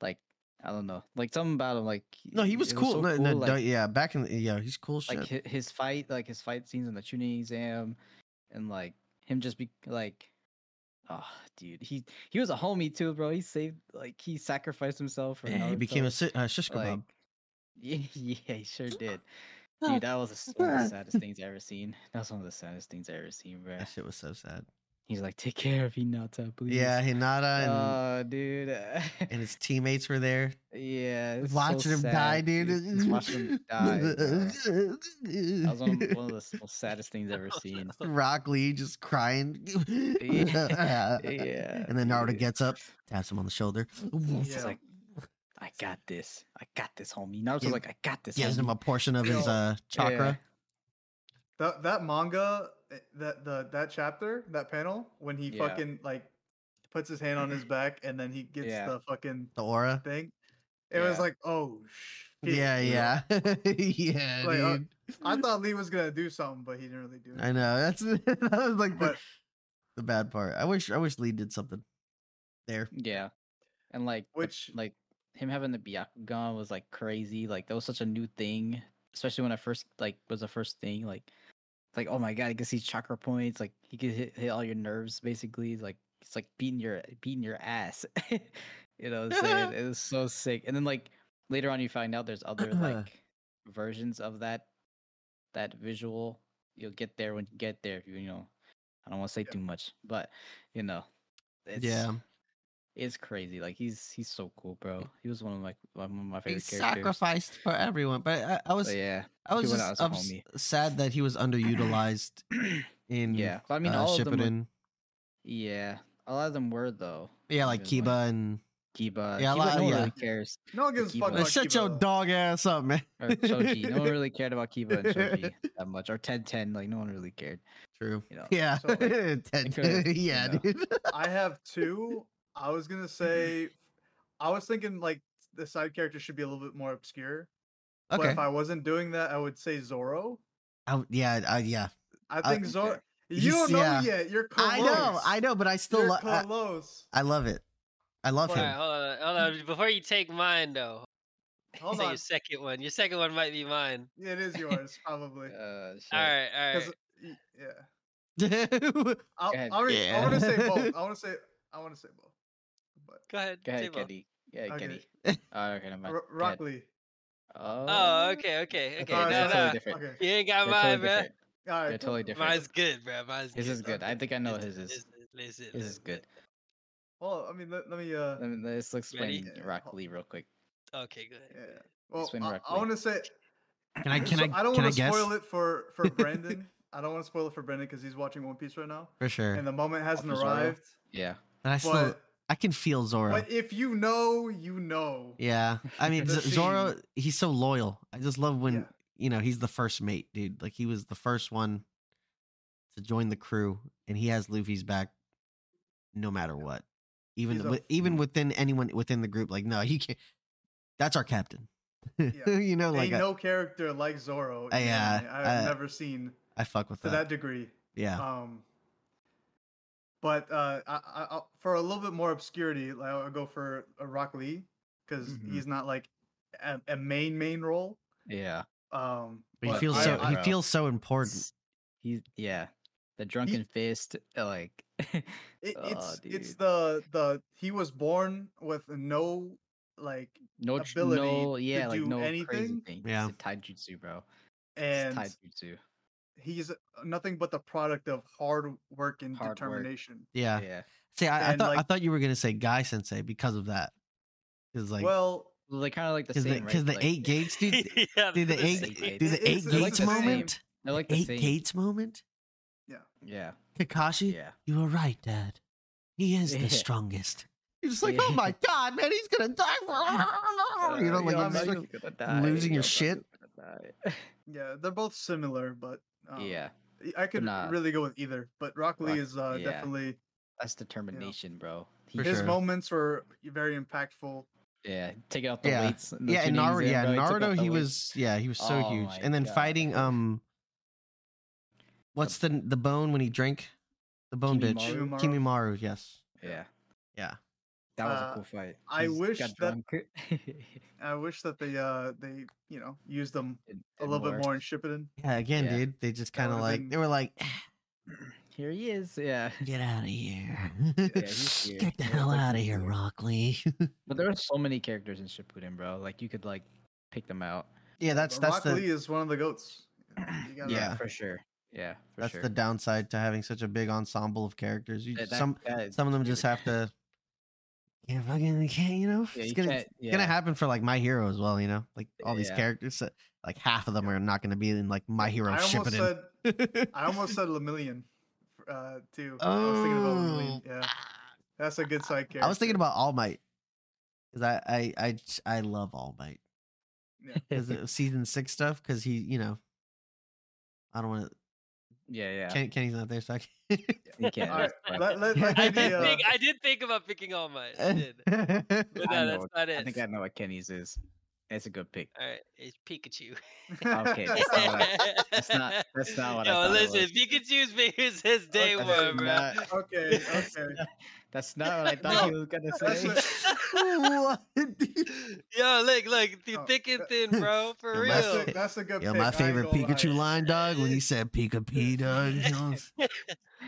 B: Like I don't know, like something about him. Like
A: No, he
B: it
A: was cool.
B: so
A: No, no,
B: like,
A: don't- yeah, back in the, yeah, he's cool shit.
B: like hi- his fight, like his fight scenes in the tuning exam, and like him just be like, oh, dude, he he was a homie too, bro. He saved, like, he sacrificed himself for.
A: Yeah, he became a
B: Naruto,
A: si- uh, shish kebab.
B: like, yeah, yeah, he sure did. Dude, that was s- one of the saddest things I ever seen. That's one of the saddest things I ever seen, bro.
A: that shit was so sad.
B: He's like, take care of Hinata, please.
A: Yeah, Hinata and,
B: Oh, dude.
A: and his teammates were there
B: yeah. it's so
A: watching him die,
B: sad,
A: dude.
B: Just watching him die. bro. That was one of, one of the s- most saddest things I've ever seen.
A: Rock Lee just crying.
B: Yeah, yeah.
A: And then Naruto
B: dude.
A: gets up, taps him on the shoulder,
B: He's
C: Yeah.
B: like, I got this. I got this, homie. Naruto's
A: Give-
B: like, I got this.
A: gives him a
B: homie."
A: portion of his
C: Yo.
A: uh, chakra.
C: That that manga, eh, that the that chapter, that panel, when he
B: Yeah.
C: fucking like puts his hand on his back and then he gets
B: Yeah.
C: the fucking
A: The aura.
C: thing. It was
B: Yeah.
C: like, oh shit.
A: Yeah,
C: dude.
A: yeah, yeah,
C: Like, uh,
A: dude.
C: I thought Lee was gonna do something, but he didn't really do it.
A: I know that's that was like the,
C: But-
A: the bad part. I wish I wish Lee did something there.
B: Yeah. And like, the-
C: Which-
B: like him having the Byakugan was like crazy. Like that was such a new thing, especially when I first like was the first thing. Like, it's like oh my god, he can see chakra points. Like he could hit, hit all your nerves. Basically, It's like it's like beating your beating your ass. you know, what I'm saying it was so sick. And then like later on, you find out there's other like versions of that that visual. You'll get there when you get there. If you you know, I don't want to say
C: Yeah.
B: too much, but you know, it's,
A: yeah,
B: it's crazy. Like he's he's so cool, bro. He was one of my one of my
A: he
B: favorite characters.
A: sacrificed for everyone, but I, I
B: But
A: was
B: yeah,
A: I was
B: went
A: just
B: out as a
A: ups- sad that he was underutilized in
B: yeah. But I mean,
A: uh,
B: all of them. Were,
A: Shippuden.
B: yeah, a lot of them were though.
A: Yeah, like
B: Even,
A: Kiba
B: like,
A: and
B: Kiba.
A: Yeah, a
B: Kiba,
A: lot-
B: no one
A: yeah.
B: really cares.
C: No one gives a
B: Akiba.
C: fuck
B: Like,
C: about
A: shut
C: Kiba,
A: your
C: though.
A: dog ass up, man.
B: Or Choji. no one really cared about Kiba and Choji that much. Or Ten Ten. Like no one really cared.
A: True.
B: You know.
A: Yeah.
C: So, like,
A: Ted-
B: could've, you
A: yeah,
B: know.
A: dude.
C: I have two. I was gonna say, I was thinking like the side character should be a little bit more obscure. But
A: Okay.
C: if I wasn't doing that, I would say Zoro.
A: I- yeah, I, yeah.
C: I
A: I-
C: think Zoro.
B: Okay.
C: You
A: He's-
C: don't know
A: Uh, yeah.
C: yet. You're close.
A: I know, I know, but I still uh,
C: You're
A: love. I,
C: close.
A: I love it. I love
D: All
A: him.
D: right, hold on, hold on. Before you take mine, though,
C: Hold
D: say
C: on.
D: your second one. Your second one might be mine.
C: Yeah, It is yours, probably.
B: Uh, shit.
D: All right, all right.
C: Because y- yeah,
B: Go
C: I'll,
B: ahead.
C: I'll re- I want to say
A: Yeah.
C: both. I want to say I want to say both. But
D: Go ahead.
B: Go ahead,
D: Tabo.
B: Kenny. Yeah,
C: Okay.
B: Kenny. Oh, okay, never mind.
C: R-
B: Go ahead.
C: Rock Lee.
B: Oh,
D: Oh, okay, okay, okay.
B: All
D: No,
B: right, they're
D: no.
B: totally different.
C: Okay.
D: You ain't got
B: They're totally
D: mine, bruh.
B: different.
C: All right.
B: They're totally different.
D: Mine's good, bro. Mine's
B: His is good. I think I know his is.
D: Listen,
B: His is good.
C: Well, I mean, let, let me. Uh,
B: Let me let's explain
C: Ready?
B: Rock Lee real quick.
D: Okay, good.
C: yeah. Well,
B: Explain
C: I,
B: Rock
C: I
B: Lee.
C: want to say uh,
A: Can I? Can
C: so
A: I?
C: I don't
A: can I
C: want to
A: guess?
C: spoil it for for Brandon. I don't want to spoil it for Brandon because he's watching One Piece right now,
A: For sure.
C: and the moment hasn't
B: After Zoro.
C: arrived.
B: Yeah.
A: But I still.
C: But
A: I can feel Zoro.
C: but if you know, you know.
A: yeah. I mean,
C: The
A: Z- Zoro. He's so loyal. I just love when
C: Yeah.
A: you know he's the first mate, dude. Like he was the first one to join the crew, and he has Luffy's back, no matter what. Even
C: He's a-
A: with, even within anyone within the group, like no, he can't. That's our captain. you know, like
C: Ain't
A: I,
C: no character like Zoro. in
A: I, uh,
C: anime. I've
A: I-
C: never seen
A: I fuck with
C: to
A: that.
C: that degree.
A: yeah,
C: Um, but uh, I, I, I'll- for a little bit more obscurity, like, I'll go for uh, Rock Lee because
A: Mm-hmm.
B: Mhm.
C: he's not like a, a main main role.
B: Yeah.
C: Um,
A: but he
C: but
A: feels
C: I-
A: so
C: I-
A: he
B: bro.
A: feels so important.
B: He's he's- yeah. The drunken fist, uh, like
C: it-
B: Aw,
C: it's it's
B: dude.
C: the the he was born with no like
B: no tr-
C: Ability
B: no
C: to
B: yeah, like
C: do
B: no crazy
C: anything?
B: thing.
A: Yeah.
B: It's a taijutsu, bro.
C: and
B: it's taijutsu.
C: he's nothing but the product of hard work and
B: Hard work.
C: determination.
A: Yeah.
B: yeah.
A: See, I, I
C: And,
A: thought I
C: like-
A: thought you were gonna say Guy Sensei because of that. Because like,
C: well,
B: Well, they kind of like the
A: because
B: same,
A: the,
B: right?
A: 'cause the
B: Like,
A: eight gates, dude.
D: yeah,
A: Dude, the
D: this
B: Eight
A: eight,
B: Gates.
A: dude, the
C: It's-
A: eight
C: it's
A: gates
B: the same.
A: moment,
B: They're like the
A: eight
B: same.
A: gates moment.
B: Yeah.
A: Kakashi,
B: Yeah.
A: you were right, Dad. He is
B: Yeah.
A: the strongest. You're just like, oh
B: Yeah.
A: my god, man, he's gonna die
B: Uh,
A: for Oh, you know, like,
C: yo,
A: I'm just
C: imagine-
A: like losing your shit.
C: yeah, they're both similar, but
A: Oh.
C: um,
B: yeah.
C: I- I could
B: not-
C: really go with either. But Rock Lee
B: Rock-
C: is uh,
B: yeah.
C: definitely
B: That's determination, bro. He,
A: For
C: his
A: sure.
C: moments were very impactful.
B: Yeah, take out the
A: Yeah.
B: weights. and the
A: yeah, and
B: tunings
A: Naruto,
B: in,
A: yeah,
B: bro. He took out
A: Naruto,
B: the
A: he
B: weights.
A: was, yeah, he was so
B: Oh
A: huge.
B: my
A: And then
B: God.
A: fighting, um, what's the the bone when he drank the bone bitch?
B: Kimimaro?
A: Kimimaru, yes.
B: Yeah.
A: Yeah.
B: That was a
C: Uh,
B: cool fight.
C: I
B: He's
C: wish
B: got
C: that-
B: drunk.
C: I wish that they uh they you know used them
B: And-
C: a
B: and
C: little bit more in Shippuden.
A: Yeah, again,
B: Yeah.
A: dude. They just
C: That
A: kind of
C: would've
A: like
C: been-
A: they were like, "Ah,
B: Here he is. Yeah.
A: get out of here.
B: he's here.
A: Get the
B: Yeah,
A: hell
B: like
A: out of
B: he's
A: here,
B: here."
A: Rockley.
B: But there are so many characters in Shippuden, bro. Like you could like pick them out.
A: yeah, that's
C: But
A: that's the
C: Rock Lee is one of the goats. You know, you gotta-
A: Yeah.
B: for sure. Yeah, for
A: that's
B: sure.
A: the downside to having such a big ensemble of characters. You
B: Yeah,
A: just-
B: that-
A: some
B: that is
A: some of them just
B: weird.
A: have to. Yeah, fucking can't you know?
B: Yeah,
A: it's
B: you
A: gonna
B: can't-
A: it's gonna
B: yeah.
A: happen for like My Hero as well. You know, like all these
B: Yeah.
A: characters, so- like half of them are not gonna be in like My Hero
C: I almost
A: Shippuden.
C: said I almost said Lemillion uh too. I was thinking about Lemillion. Yeah. That's a good side character.
A: Oh, I was thinking about All Might because I, I I j- I love All Might because of season six stuff because he you know I don't want to
B: yeah, yeah.
A: Ken, Kenny's not there so I can't.
B: you can't.
C: All right,
B: that's fine.
C: let, let, let
A: I
D: I
C: me
D: did,
C: the, uh,
D: think, I did think about picking All Might. I did. But
B: I
D: no,
B: know it.
D: that's not it.
B: I think I know what Kenny's is. It's a good pick.
D: All right, it's Pikachu.
B: Okay, that's not what I- That's not. That's not what I
D: Yo,
B: thought it
D: listen,
B: was. Oh,
D: Pikachu's been his
C: Okay.
D: day one, bro.
B: Not-
C: okay,
B: That's
C: okay.
B: not- That's not what I thought he was gonna
C: that's
B: say.
C: what-
A: What, dude?
D: Yo, look, look, through
C: Oh,
D: thick and
C: that-
D: thin, bro, for
A: Yo, that's
D: real.
C: That's a, that's a good
A: Yo,
C: pick, I
A: my
C: ain't
A: favorite
C: gonna lie.
A: Pikachu line dog when he said Pika P dog. you know,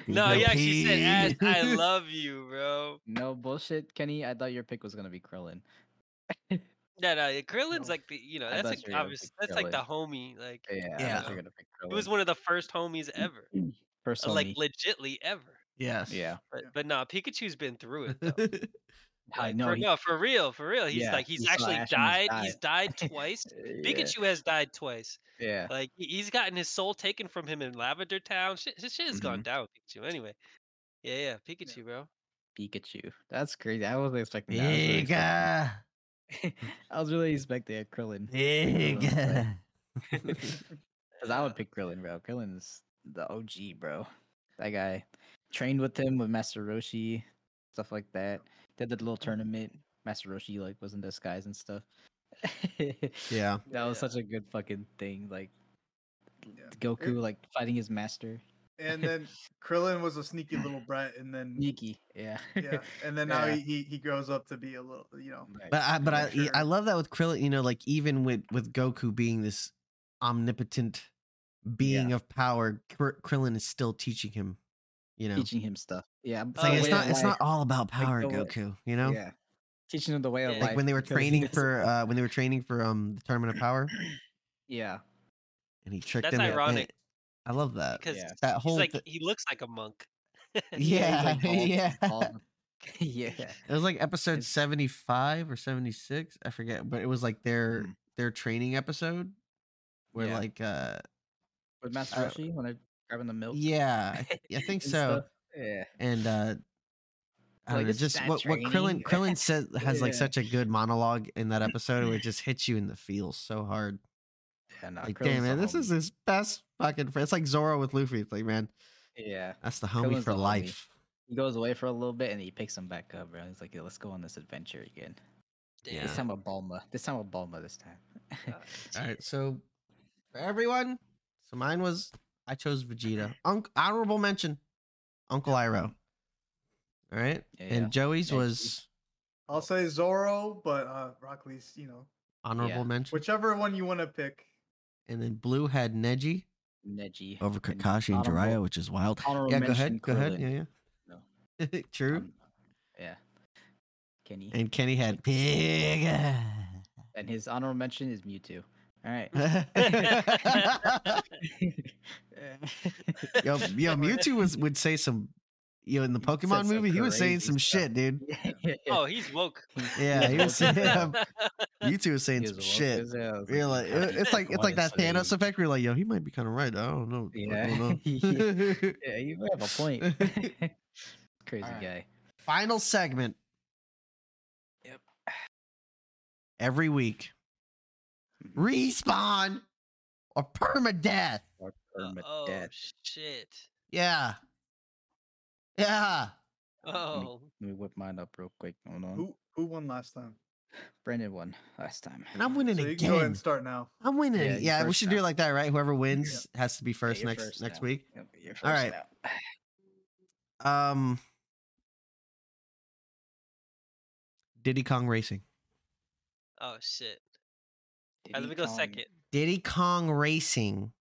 D: No,
A: Pika
D: he actually said, "Ass,
A: P."
D: I love you, bro."
B: No bullshit, Kenny. I thought your pick was gonna be Krillin.
D: No, no, yeah, Krillin's
B: No.
D: like the, you know,
B: I
D: that's
B: thought
D: like
B: you were gonna
D: obvious,
B: pick
D: that's like the
B: Krillin.
D: homie, like
B: Yeah, I
A: Yeah.
B: thought you were gonna pick Krillin.
D: he was one of the first homies ever,
B: First
D: uh, like
B: homie.
D: legitly ever.
A: Yes.
B: yeah,
D: But
C: Yeah.
D: but no, Pikachu's been through it though.
B: I
D: Like,
B: know.
D: For,
B: he-
D: no, for real, for real. He's
B: Yeah,
D: like he's
B: you saw
D: actually
B: Ash and he's
D: died. He's died twice.
B: yeah,
D: Pikachu has died twice.
B: Yeah.
D: Like he- he's gotten his soul taken from him in Lavender Town. Shit, shit shit has
B: Mm-hmm.
D: gone down with Pikachu. Anyway, yeah, yeah, Pikachu, bro.
B: Pikachu. That's crazy. I wasn't expecting that. I was really expecting-
A: Pika.
B: I was really expecting a Krillin.
A: Pika.
B: Because I would pick Krillin, bro. Krillin's the OG, bro. That guy trained with him with Master Roshi, stuff like that. Did the
A: Mm-hmm.
B: little tournament. Master Roshi like was in disguise and stuff. that
A: Yeah.
B: was
D: Yeah.
B: such a good fucking thing. Like
C: Yeah.
B: Goku like fighting his master.
C: And then Krillin was a sneaky little brat, and then
B: Nikki, yeah.
C: yeah, and then now
B: Yeah.
C: he, he he grows up to be a little, you know,
B: Right.
A: But I, but I,
C: Sure.
A: I love that with Krillin, you know, like even with with Goku being this omnipotent being of power, Kr- Krillin is still teaching him, you know.
B: teaching him stuff. Yeah.
A: It's like
D: Oh,
A: it's
D: way of
A: not it's not all about power,
B: the way-
A: Goku, you know.
B: Yeah. Teaching him the way of
D: Yeah.
B: life.
A: Like when they were
B: because
A: training
B: he's-
A: for uh when they were training for um the tournament of power
B: Yeah.
A: and he tricked
D: That's
A: him.
D: ironic.
A: I love that.
D: Because
B: Uh, yeah.
A: That
D: he's
A: whole
D: like
A: thi-
D: he looks like a monk.
A: yeah,
B: he's, like, bald-
A: yeah.
B: bald. yeah.
A: It was like episode
B: It's-
A: 75 or 76, I forget, but it was like their
B: Mm.
A: their training episode where
B: Yeah.
A: like uh
B: With Master
A: Uh,
B: Roshi when I grabbing the milk.
A: yeah, I, th- I think
B: and
A: so.
B: stuff. Yeah.
A: and uh I don't
B: Like,
A: know,
B: it's
A: just
B: that
A: what, what Krillin
B: training.
A: Krillin says has like
B: Yeah.
A: such a good monologue in that episode where it just hits you in the feels so hard.
B: Yeah, no,
A: like,
B: Krillin's
A: damn
B: the
A: man, this
B: homie.
A: is his best fucking friend. It's like Zoro with Luffy. It's like, man,
B: yeah.
A: that's the homie
B: Krillin's
A: for
B: the homie.
A: life.
B: He goes away for a little bit and he picks him back up, bro. He's like, "Yo, let's go on this adventure again.
A: Yeah.
B: This time with Balma. This time with Balma. This time."
D: Uh,
A: All right, so for everyone, so mine was I chose Vegeta. Unc honorable mention, Uncle Iroh. All right,
B: Yeah, yeah.
A: and Joey's
B: Yeah,
A: was
C: I'll say Zoro, but uh, Rock Lee's, you know,
A: honorable
B: Yeah.
A: mention,
C: whichever one you want to pick.
A: and then Blue had Neji
B: Neji
A: over
B: and
A: Kakashi and
B: honorable-
A: Jiraiya, which is wild. Oh,
B: honorable
A: Yeah, go ahead,
B: mention
A: go ahead.
B: Krillin.
A: Yeah, yeah. True.
B: Um, yeah. Kenny and,
A: And Kenny had Pika.
B: his honorable mention is Mewtwo. All right.
A: yo, yo, Mewtwo was would say some. Yo, in the
B: He said
A: Pokemon
B: some
A: movie, he was saying
B: crazy
A: some
B: stuff.
A: shit, dude.
D: Oh, he's woke.
A: Yeah, he was yeah, Mewtwo was
B: He
A: saying
B: was
A: some
B: woke
A: shit.
B: as hell. I was
A: Yeah, like
B: "How
A: it-
B: do you
A: it's like it's
B: want
A: like
B: to
A: that Thanos
B: say-"
A: effect. We're like, yo, he might be kind of right. I don't know. what's
B: Yeah.
A: going on."
B: yeah, you might have a point. Crazy
A: Alright.
B: guy.
A: Final segment.
B: Yep.
A: Every week,
B: Mm-hmm.
A: respawn or permadeath.
B: Or
D: Uh, oh
B: permadeath.
D: shit.
A: Yeah. Yeah.
B: um,
D: Oh,
B: Let me whip mine up real quick. Hold on.
C: Who who won last time?
B: Brandon won last time.
A: And I'm winning
C: So you can go ahead
A: again.
C: and start now.
A: I'm winning.
B: Yeah,
A: Yeah,
B: you're
A: we
B: first
A: should do it
B: now.
A: like that, right? Whoever wins has to be first
B: you're
A: next
B: first
A: next
B: now.
A: week.
B: Yep, You're first
A: Alright.
B: now.
A: Um Diddy Kong Racing.
D: Oh shit. Alright, let me go second.
A: Diddy Kong Racing.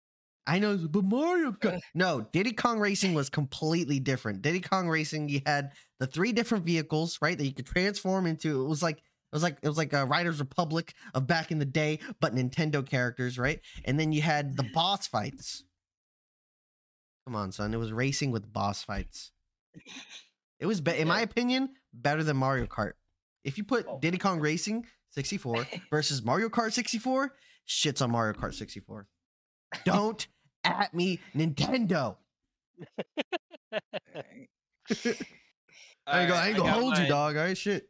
A: I know, but Mario Kart. No, Diddy Kong Racing was completely different. Diddy Kong Racing, you had the three different vehicles, right, that you could transform into. It was like it was like it was like a Riders Republic of back in the day, but Nintendo characters, right? And then you had the boss fights. Come on, son. It was racing with boss fights. It was, be- in my
D: Yeah.
A: opinion, better than Mario Kart. If you put
B: Oh,
A: Diddy Kong Racing 64 versus Mario Kart 64, shit's on Mario Kart 64. Don't at me, Nintendo. I ain't gonna, I ain't gonna
D: got
A: hold you,
D: mine.
A: dog. All right, shit.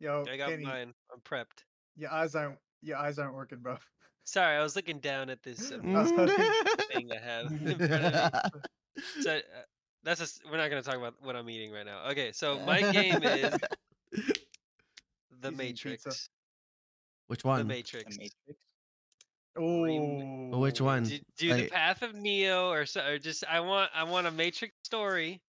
C: Yo,
D: I got
C: Kenny,
D: mine. I'm prepped.
C: your eyes aren't your eyes aren't working, bro.
D: Sorry, I was looking down at this uh, thing I have. in front of me.
A: Mm.
D: So uh, that's just, we're not gonna talk about what I'm eating right now. Okay, so my game is The
C: He's eating pizza.
D: Matrix.
A: Which
D: The
A: one?
D: Matrix. Blame-
C: Oh,
A: Which one?
D: Do, do the
A: Like-
D: Path of Neo, or, so, or just I want I want a Matrix story,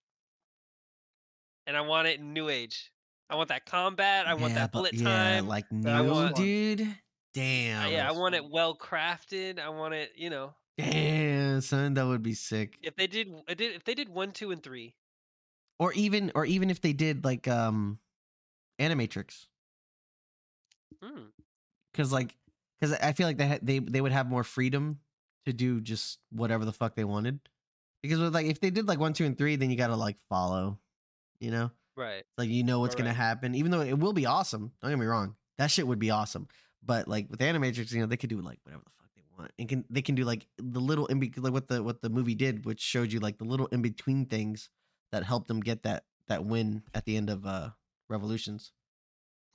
D: and I want it in New Age. I want that combat. I want that
A: but-
D: bullet
A: yeah,
D: time.
A: like
C: That
A: new,
D: was-
A: dude.
D: Uh,
A: Damn.
D: yeah, I
C: that's
D: want
C: fun.
D: it well crafted. I want it, you know,
A: Damn, son, that would be sick.
D: if they did, I did if they did one, two, and three.
A: Or even, or even if they did like um, Animatrix,
D: Hmm.
A: because like, because I feel like they ha- they they would have more freedom to do just whatever the fuck they wanted. Because with like, if they did like one, two, and three, then you gotta like follow, you know.
D: Right.
A: Like you know what's gonna
D: Correct.
A: happen, even though it will be awesome. Don't get me wrong, that shit would be awesome. But like with Animatrix, you know they could do like whatever the fuck they want, and can they can do like the little in be- like what the what the movie did, which showed you like the little in between things that helped them get that that win at the end of uh Revolutions.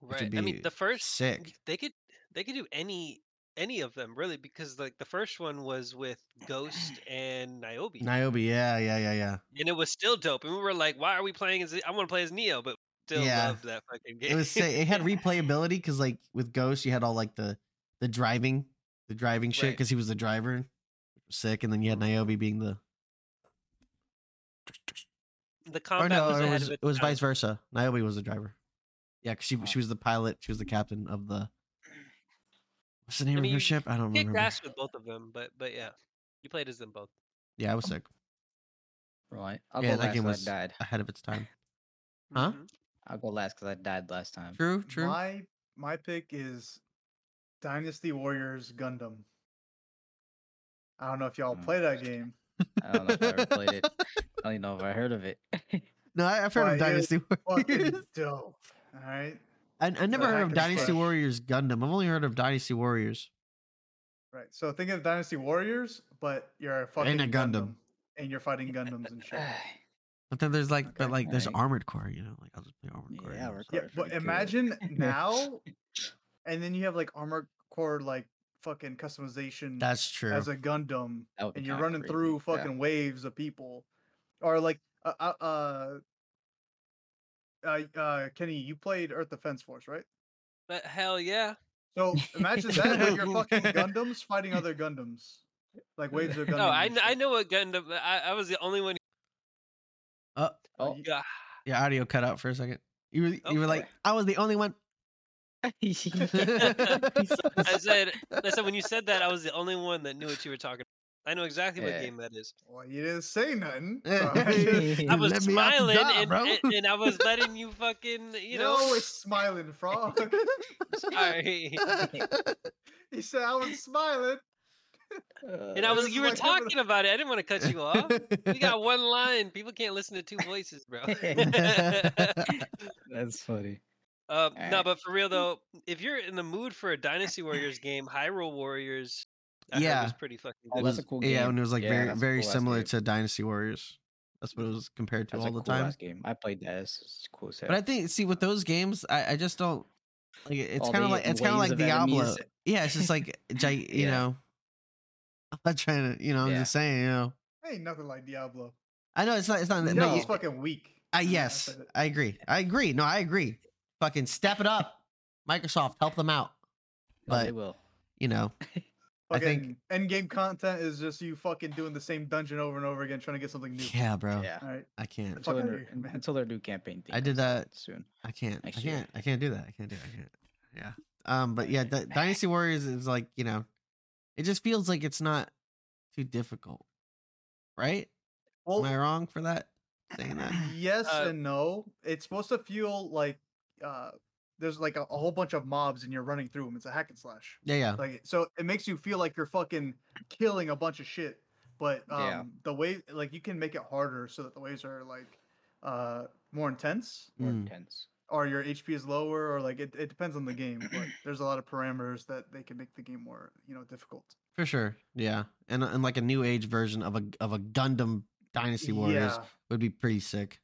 A: Which
D: Right.
A: would
D: I mean,
A: be
D: the first
A: sick.
D: They could they could do any any of them really because like the first one was with Ghost and Niobe,
A: Niobe, yeah, yeah, yeah, yeah.
D: and it was still dope. And we were like, why are we playing as I want to play as Neo, but still
A: Yeah.
D: loved that fucking game.
A: It was sick. It had replayability because like with Ghost, you had all like the the driving, the driving shit
D: Right. Mm-hmm.
A: because he was the driver, which was sick. And then you had Niobe being the
D: the
A: Or
D: combat
A: no,
D: Oh, was
A: it
D: ahead
A: was
D: of
A: it was
D: time.
A: vice versa. Niobe was the driver. Yeah, 'cause she
B: Oh.
A: she was the pilot. She was the captain of the. What's the name of
D: mean,
A: her ship? I don't
D: Kicked
A: remember.
D: ass with both of them, but but yeah, you played as them both.
A: Yeah, I was sick.
B: Right. I'll
A: Yeah,
B: go
A: that
B: last
A: game
B: 'cause
A: was-
B: I died.
A: Ahead of its time. Huh?
D: Mhm.
B: I'll go last because I died last time.
A: True, true.
C: My my pick is Dynasty Warriors Gundam. I don't know if y'all
B: Mm.
C: play that game.
B: I don't know if I ever played it. I don't even know if I heard of it.
A: No, I, I've heard of
C: Why, it is
A: Dynasty
C: Fucking
A: Warriors.
C: dope. All right,
A: I, I never
C: the
A: heard
C: hack
A: of
C: and
A: Dynasty
C: slash.
A: Warriors Gundam. I've only heard of Dynasty Warriors.
C: right. So think of Dynasty Warriors, but you're a fucking
A: And a Gundam.
C: and you're fighting Gundams and shit.
A: But then there's like, but
B: Okay,
A: like, there's
B: alright.
A: Armored Core. You know, like I'll just play Armored Core.
B: Yeah,
A: games.
B: Armored
C: Yeah,
B: Core.
C: but
B: pretty cool.
C: imagine now, and then you have like armor core like fucking customization
A: That's true.
C: as a Gundam,
B: That would be
C: and you're
B: kinda
C: running
B: crazy.
C: through
B: Yeah.
C: fucking waves of people, or like uh uh. uh uh, uh, Kenny, you played Earth Defense Force, right?
D: But hell yeah,
C: So imagine that, but you're fucking Gundams fighting other Gundams, like waves of Gundams.
D: no, I,
C: and
D: kn- I
C: shit.
D: know what Gundam. I, I was the only one.
A: Uh,
B: Oh,
D: Who got,
A: your audio cut out for a second. You were, you were
D: Okay.
A: like, I was the only one.
D: I said, I said when you said that, I was the only one that knew what you were talking. about. I know exactly what
B: Yeah.
D: game that is.
C: Well, you didn't say nothing. so I just-
D: I
A: You let me out
D: was
A: to
D: smiling
A: die,
D: and,
A: bro.
D: and, and I was letting you fucking, you know.
C: no, it's smiling frog.
D: sorry.
C: he said I was smiling.
D: And I was,
C: This
D: you
C: is
D: were
C: like having a-
D: talking about it. I didn't want to cut you off. We got one line. People can't listen to two voices, bro. Uh,
B: That's funny.
D: Um, No,
B: Alright.
D: but for real though, if you're in the mood for a Dynasty Warriors game, Hyrule Warriors, I heard,
A: Yeah.
D: was pretty fucking
B: Oh,
D: good.
B: that's a cool
A: Yeah,
B: game.
A: and it was like
B: Yeah,
A: very,
B: that's a
A: very
B: cool-ass
A: similar
B: game.
A: to Dynasty Warriors. That's what it was compared to
B: That's
A: all
B: a
A: the
B: cool
A: time.
B: ass game. I played that. It's, it's cool. Set.
A: But I think, see, with those games, I, I just don't like. it- It's
B: All
A: kind of
B: the
A: like it's kind of
B: waves
A: like
B: of
A: Diablo.
B: enemies. Oh,
A: Yeah, it's just like gi- you
B: Yeah.
A: know. I'm not trying to, you know. I'm
B: Yeah.
A: just saying, you know.
C: Ain't nothing like Diablo.
A: I know it's not. It's not.
C: Diablo's
A: no,
B: No.
A: you-
C: fucking weak.
A: I,
C: I know, I
A: yes,
C: said it.
A: I agree. I agree. No, I agree. Fucking step it up, Microsoft. Help them out.
B: Oh, they
A: But
B: will.
A: you know, I
C: Fucking
A: think-
C: end game content is just you fucking doing the same dungeon over and over again, trying to get something new.
A: Yeah, bro.
B: Yeah.
C: All right.
A: I can't.
C: Fuck
B: Until
C: outta
B: their,
C: here,
B: un-
C: man.
B: until their new campaign thing.
A: I did
B: comes out
A: that-
B: soon.
A: I can't. I
B: Next year.
A: can't. I can't do that. I can't do. It. I can't. Yeah. Um. But yeah, Dy- Dynasty Warriors is like you know, it just feels like it's not too difficult, right? Am I
C: Well,
A: wrong for that saying that?
C: yes
D: Uh,
C: and no. It's supposed to feel like uh, there's like a, a whole bunch of mobs and you're running through them. It's a hack and slash.
A: Yeah. Yeah.
C: Like so, it makes you feel like you're fucking killing a bunch of shit. But um,
B: Yeah.
C: the way like you can make it harder so that the waves are like uh, more intense,
B: More
A: Mm.
B: intense.
C: or your HP is lower, or like it, it depends on the game. But there's a lot of parameters that they can make the game more you know difficult.
A: For sure. Yeah. And and like a new age version of a of a Gundam Dynasty Warriors
C: Yeah.
A: would be pretty sick.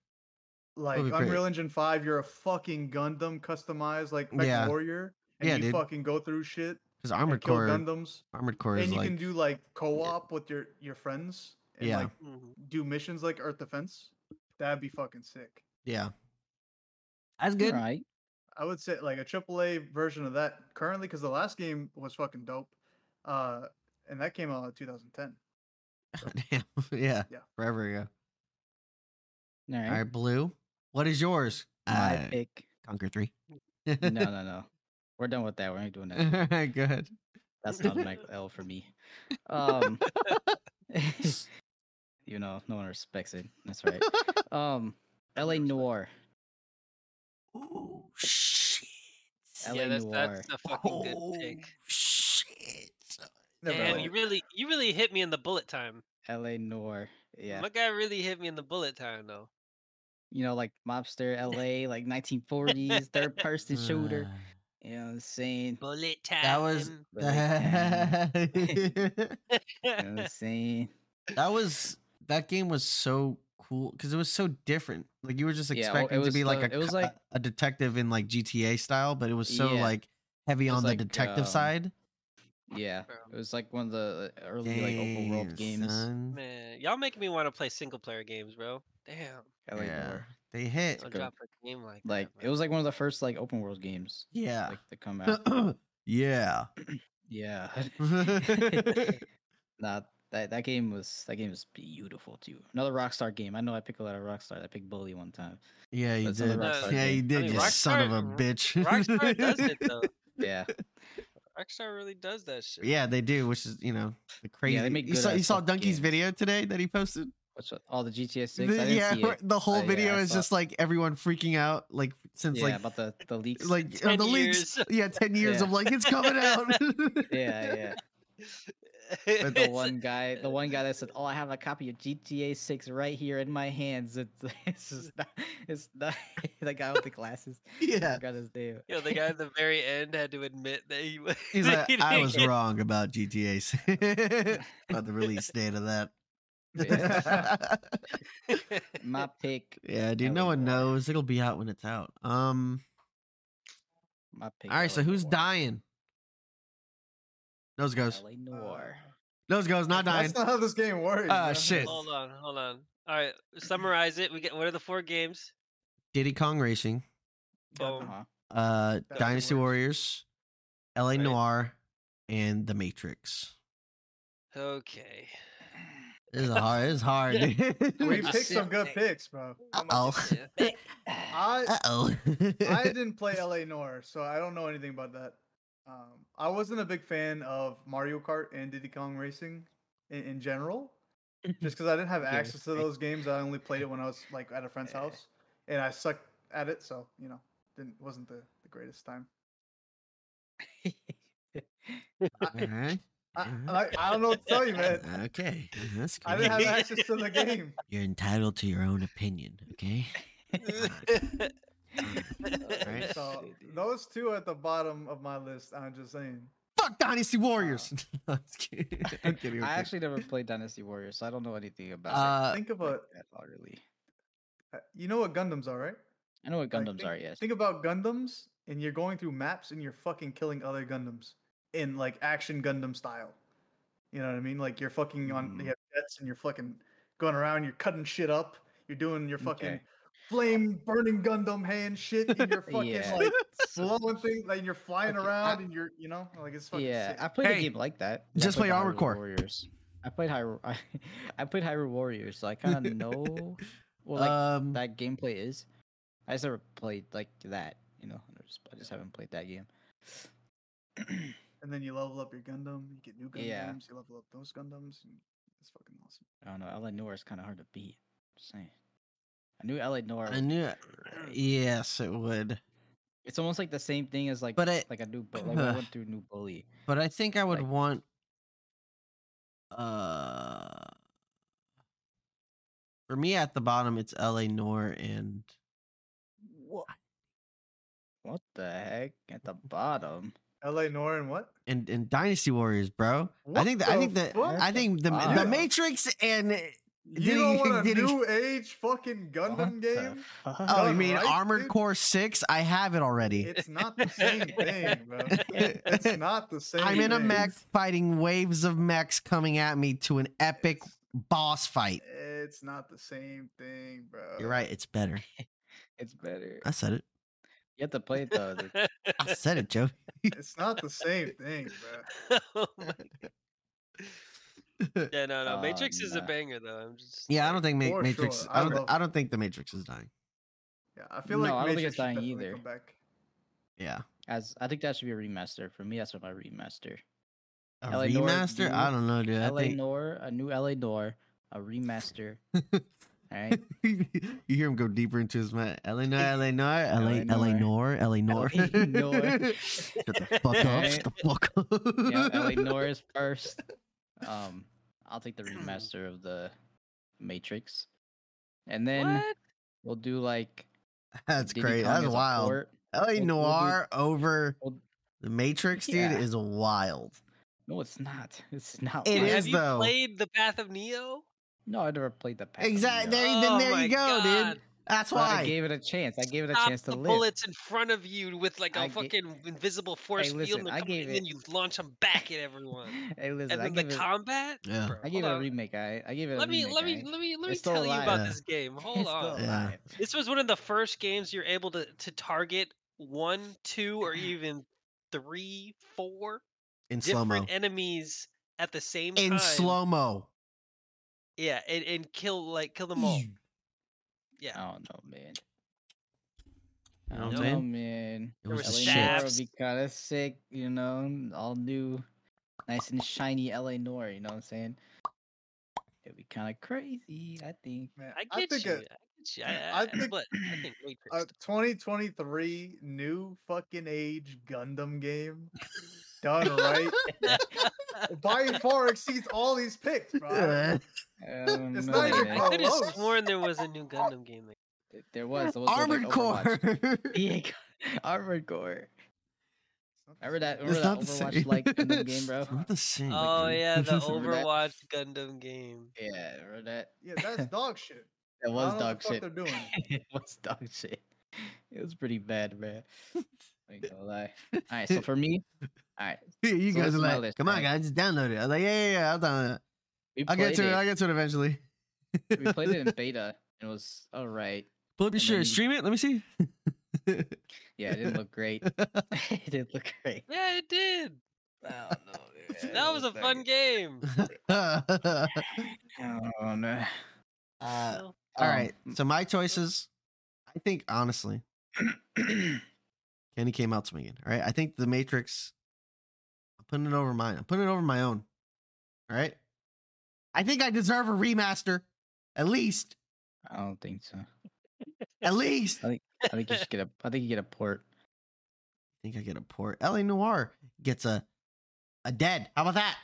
C: Like
A: be great.
C: Unreal Engine Five, you're a fucking Gundam customized like Mech
A: Yeah.
C: Warrior, and
A: Yeah,
C: you
A: dude.
C: fucking go through shit,
A: Because
C: and
A: armored
C: kill
A: core,
C: Gundams,
A: armored core is
C: and you
A: like
C: can do like co-op with your your friends, and
A: Yeah.
C: like
D: Mhm.
C: do missions like Earth Defense. That'd be fucking sick.
A: yeah. That's good.
B: Right.
C: I would say like a AAA version of that currently, because the last game was fucking dope, uh, and that came out in 2010.
A: Damn. yeah.
C: Yeah.
A: Forever ago.
B: All right.
A: All right, blue. What is yours?
B: My
A: Uh,
B: pick.
A: Conquer three.
B: No, no, no. We're done with that. We're not doing
A: All
B: that.
A: right, go ahead.
B: That's not an ex- L for me. Um, you know, no one respects it. That's right. Um, L.A. Noir.
A: Oh shit!
B: LA
D: Yeah, that's,
B: Noire.
D: that's a fucking
A: Oh,
D: good pick.
B: Oh,
A: shit!
C: Never
D: Damn,
C: heard
D: you
C: of
D: really, you really hit me in the bullet time.
B: L.A. Noir. Yeah.
D: My guy really hit me in the bullet time though.
B: You know, like mobster L.A. like 1940s third person shooter.
A: Uh,
B: You know what I'm saying?
D: Bullet time.
A: That was
B: But like,
A: that,
B: You know what I'm saying?
A: was that game was so cool because it was so different. Like you were just
B: Yeah, well, it
A: expecting to
B: was
A: be like
B: the-
A: a
B: it was
A: co-
B: like-
A: a detective in like GTA style, but it was so
B: Yeah.
A: like heavy
B: It was
A: on
B: like,
A: the detective
B: um,
A: side.
B: Yeah. It was like one of the uh, early like open
A: Damn,
B: world games.
A: son.
D: Man, y'all making me want to play single player games, bro. Damn.
B: LA
A: yeah,
B: Noir.
A: they hit.
D: Don't
B: good.
D: drop a game like
B: Like
D: that.
B: it was like one of the first like open world games
A: Yeah,
B: like to come out.
A: yeah.
B: yeah.
A: yeah,
B: Nah, that that game was that game was beautiful too. Another Rockstar game. I know I picked a lot of Rockstar. I picked Bully one time.
A: you
B: That's another
A: did.
D: Rockstar
A: Yeah,
B: game.
A: you
B: I
A: did.
D: mean,
A: you son of a
D: Rockstar-
A: bitch.
D: Rockstar does it though.
B: Yeah,
D: Rockstar really does that shit.
A: yeah, they do, which is you know the crazy.
B: make
A: you saw,
B: good-ass
A: you saw
B: fucking
A: Donkey's
B: games.
A: video today that he posted.
B: what's with all the GTA
A: The,
B: six? I didn't
A: yeah,
B: see it.
A: the whole
B: Oh, yeah,
A: video
B: I
A: is
B: saw
A: just like everyone freaking out, like since
B: yeah,
A: like
B: about the the leaks.
A: like uh,
D: 10
A: the leaks.
D: years.
A: Yeah, ten years
B: Yeah.
A: of like it's coming out.
B: yeah, yeah. But the one guy, the one guy that said, "Oh, I have a copy of GTA six right here in my hands." It's it's just not, it's not the guy with the glasses. I
A: yeah,
B: forgot his name.
D: Yo, the guy at the very end had to admit that he was.
A: he's like,
D: he
A: I
D: didn't
A: was
D: get-
A: wrong about GTA's about the release date of that.
B: Yeah. My pick,
A: yeah, dude,
B: That
A: no
B: was
A: one
B: wild.
A: knows. It'll be out when it's out. Um,
B: my pick.
A: All right, so
B: LA
A: who's
B: Noire.
A: dying? Nose goes.
B: LA Noir.
A: Nose goes. Not dying.
C: That's not how this game works.
A: Ah,
C: man.
A: shit.
D: Hold on, hold on. All right, summarize it. We get what are the four games?
A: Diddy Kong Racing,
C: um,
D: Boom.
B: Uh-huh.
A: uh,
C: Dynasty
A: Dynasty Warriors, L.A.
D: Right.
A: Noir, and The Matrix.
D: Okay.
A: This is hard. This is hard.
C: We
D: Which
C: picked some good
D: shit?
C: picks, bro.
A: oh.
D: Yeah.
C: I
A: Uh oh.
C: I didn't play LA Noir, so I don't know anything about that. Um, I wasn't a big fan of Mario Kart and Diddy Kong Racing in, in general, just because I didn't have
B: Yeah,
C: access to
B: same.
C: those games. I only played it when I was like at a friend's
B: Yeah.
C: house, and I sucked at it, so you know, didn't wasn't the, the greatest time. I,
A: Mhm.
C: I, I don't know what to tell you, man.
A: Okay. That's
C: I didn't have
A: good.
C: access to the game.
A: You're entitled to your own opinion. Okay. Right.
C: So those two at the bottom of my list. I'm just saying.
A: Fuck Dynasty Warriors. No, I'm just kidding. I'm kidding. I'm kidding.
B: I actually never played Dynasty Warriors, so I don't know anything about
A: Uh,
C: think
B: it. like
C: about
B: that, not really.
C: Uh, you know what Gundams are, right?
B: I know what
C: Like,
B: Gundams
C: think-
B: are, yes.
C: Think about Gundams, and you're going through maps, and you're fucking killing other Gundams in like action Gundam style. You know what I mean? Like you're fucking on
B: Mm.
C: you have jets, and you're fucking going around. You're cutting shit up. You're doing your fucking
B: Okay.
C: flame burning Gundam hand shit, and you're fucking
B: Yeah.
C: like blowing things, like you're flying
B: Okay,
C: around,
B: I-
C: and you're you know like it's fucking
B: Yeah,
C: sick.
B: I played
A: Hey,
B: a game like that. I
A: just
B: played
A: play
B: the
A: Armored
B: Hyrule
A: Core.
B: Warriors. I played Hyrule. I, I played Hyrule Warriors, so I kind of know what like
A: um,
B: that gameplay is. I just never played like that, you know. I just, I just haven't played that game.
C: And then you level up your Gundam, you get new Gundams,
B: Yeah.
C: you level up those Gundams, and it's fucking awesome.
B: I don't know. LA Noir is kind of hard to beat. Just saying. I knew LA Noir.
A: I knew. Yes, it would.
B: It's almost like the same thing as like
A: But uh, I-
B: like a new bu- like when I went through new bully.
A: But I think I would
B: Like-
A: want uh for me at the bottom it's LA Nor and
C: What?
B: What the heck at the bottom?
C: L.A. Noir and what?
A: and, and Dynasty Warriors, bro. I
C: What
A: think the, I
C: the
A: think that
C: fuck?
A: I think the
B: Wow.
A: the Matrix and
C: You
A: Did
C: don't
A: he-
C: want a
A: did he-
C: new age fucking Gundam
B: What the
C: game?
B: fuck?
A: oh, you
C: Done
A: mean
C: right,
A: Armored
C: dude.
A: Core 6? I have it already.
C: It's not the same thing, bro. It's not the same.
A: I'm in a
C: thing.
A: mech fighting waves of mechs coming at me to an epic
C: It's-
A: boss fight.
C: It's not the same thing, bro.
A: You're right, it's better.
B: It's better.
A: I said it.
B: You have to play it though. the-
A: I said it, Joe.
C: It's not the same thing, bro.
D: Oh my- yeah, no, no.
B: Uh,
D: Matrix is a
B: nah.
D: banger though. I'm just
A: Oh, Yeah, I
D: like-
A: don't think Ma-
C: For
A: Matrix.
C: sure, I
A: I don't.
C: love-
A: I don't think the Matrix is dying.
C: Yeah, I feel
B: No,
C: like
B: I don't think
C: Matrix
B: it's
C: should
B: dying
C: definitely
B: either.
C: Come back.
A: Yeah,
B: As I think that should be a remaster for me. That's what my remaster.
A: a
B: LA Noire,
A: remaster.
B: do
A: I don't know, dude. I
B: LA Noir, a new LA Noir, a remaster. All right.
A: think you hear him go deeper into his mind. LA Noire, LA Noire, LA LA Noire, LA Noire.
B: LA Noire.
A: Shut the fuck up! Shut the fuck up!
B: Yeah, LA Noir is first. Um, I'll take the remaster of the Matrix, and then
D: What?
B: we'll do like
A: That's
B: Diddy
A: crazy.
B: Kong
A: That's
B: as a
A: wild.
B: port.
A: LA
B: we'll do-
A: Noire over
B: we'll-
A: the Matrix, dude,
B: Yeah.
A: is wild.
B: No, it's not. It's not.
A: It
D: Wait,
B: wild.
A: is
D: Have you
A: though.
D: played the Path of Neo?
B: No, I never played the pack.
A: Exact- there you- then
D: Oh
A: there you
D: my
A: go, dude.
D: God.
A: That's
B: But I
A: why.
B: gave it a chance. I gave it a
D: Stop
B: chance to
D: the
B: live.
D: bullets in front of you with like a
B: I ga-
D: fucking invisible force
B: listen,
D: field, and,
B: I
D: come-
B: gave
D: and then
B: it-
D: you launch them back at everyone.
B: hey, listen,
D: and
B: I
D: then the
B: gave it.
D: combat.
A: Yeah.
D: Bro,
B: I gave it
D: hold
B: a
D: on.
B: remake. I I gave it a
D: Let me
B: remake.
D: let me
B: aight?
D: let me let me
B: It's still
D: tell you about
A: alive.
D: this game. Hold
B: It's still
D: on.
A: Yeah.
B: alive.
D: This was one of the first games you're able to to target one, two, or even three, four
A: In slow mo.
D: different enemies at the same time.
A: In slow mo.
D: Yeah, and, and kill like kill them all. Yeah.
B: I don't know, man.
A: You
B: I
A: know what I'm
B: don't know,
A: saying?
B: man.
A: It
D: There
A: was
D: were
A: the
B: LA
A: shit.
B: Noir
D: shafts.
B: would be kind of sick, you know, all new, nice and shiny LA Noir, you know what I'm saying? It'd be kind of crazy, I think.
C: Man,
D: I get
C: think
D: you.
C: a,
D: I get you.
C: I
D: I, I,
C: think-
D: but I think Matrix.
C: a
D: does.
C: 2023 new fucking age Gundam game done right by far exceeds all these picks, bro. I-
B: I don't
C: It's
B: know,
C: not even
D: Wait, I
B: man.
C: close.
D: could have
C: Close.
D: sworn there was a new Gundam game. Like,
B: Th- There was. There was one, like,
A: Armored Core.
B: Overwatch. Yeah, Armored Core.
C: it's not
B: Remember
C: the
B: that?
C: same.
B: Remember that Overwatch like Gundam game, bro?
A: It's not the same.
D: oh
A: dude.
D: yeah, the
B: Remember that?
D: Overwatch Gundam game.
B: Yeah, remember that?
C: Yeah, that's dog shit.
B: That was
C: know what the
B: dog
C: fuck
B: shit.
C: they're doing.
B: it was dog shit. It was pretty bad, man. I ain't gonna lie. All right, so for me, all right,
A: you
B: So
A: guys
B: this
A: are
B: is my
A: like,
B: list,
A: come on,
B: right?
A: guys, just download it. I was like, yeah, yeah, yeah, I'll download it.
B: we
A: I'll
B: played
A: get to it.
B: it.
A: I'll get to it eventually.
B: we played it in beta and it was all right.
A: Pull up your
B: and
A: shirt.
B: then-
A: Stream it. Let me see.
B: Yeah, it didn't look great. it didn't look great.
D: Yeah, it did.
B: I don't know, man,
D: That
B: it
D: was a
B: looked
D: fun
B: like-
D: game.
A: uh,
B: I don't know.
A: all
D: So-
B: Um,
A: right. So my choices, I think honestly, Kenny came out to me again. All right. I think the Matrix. I'm putting it over mine. I'm putting it over my own. All right. I think I deserve a remaster, at least.
B: I don't think so.
A: At least.
B: I think you just get a. I think you get a port.
A: I think I get a port. LA Noir gets a a dead. How about that?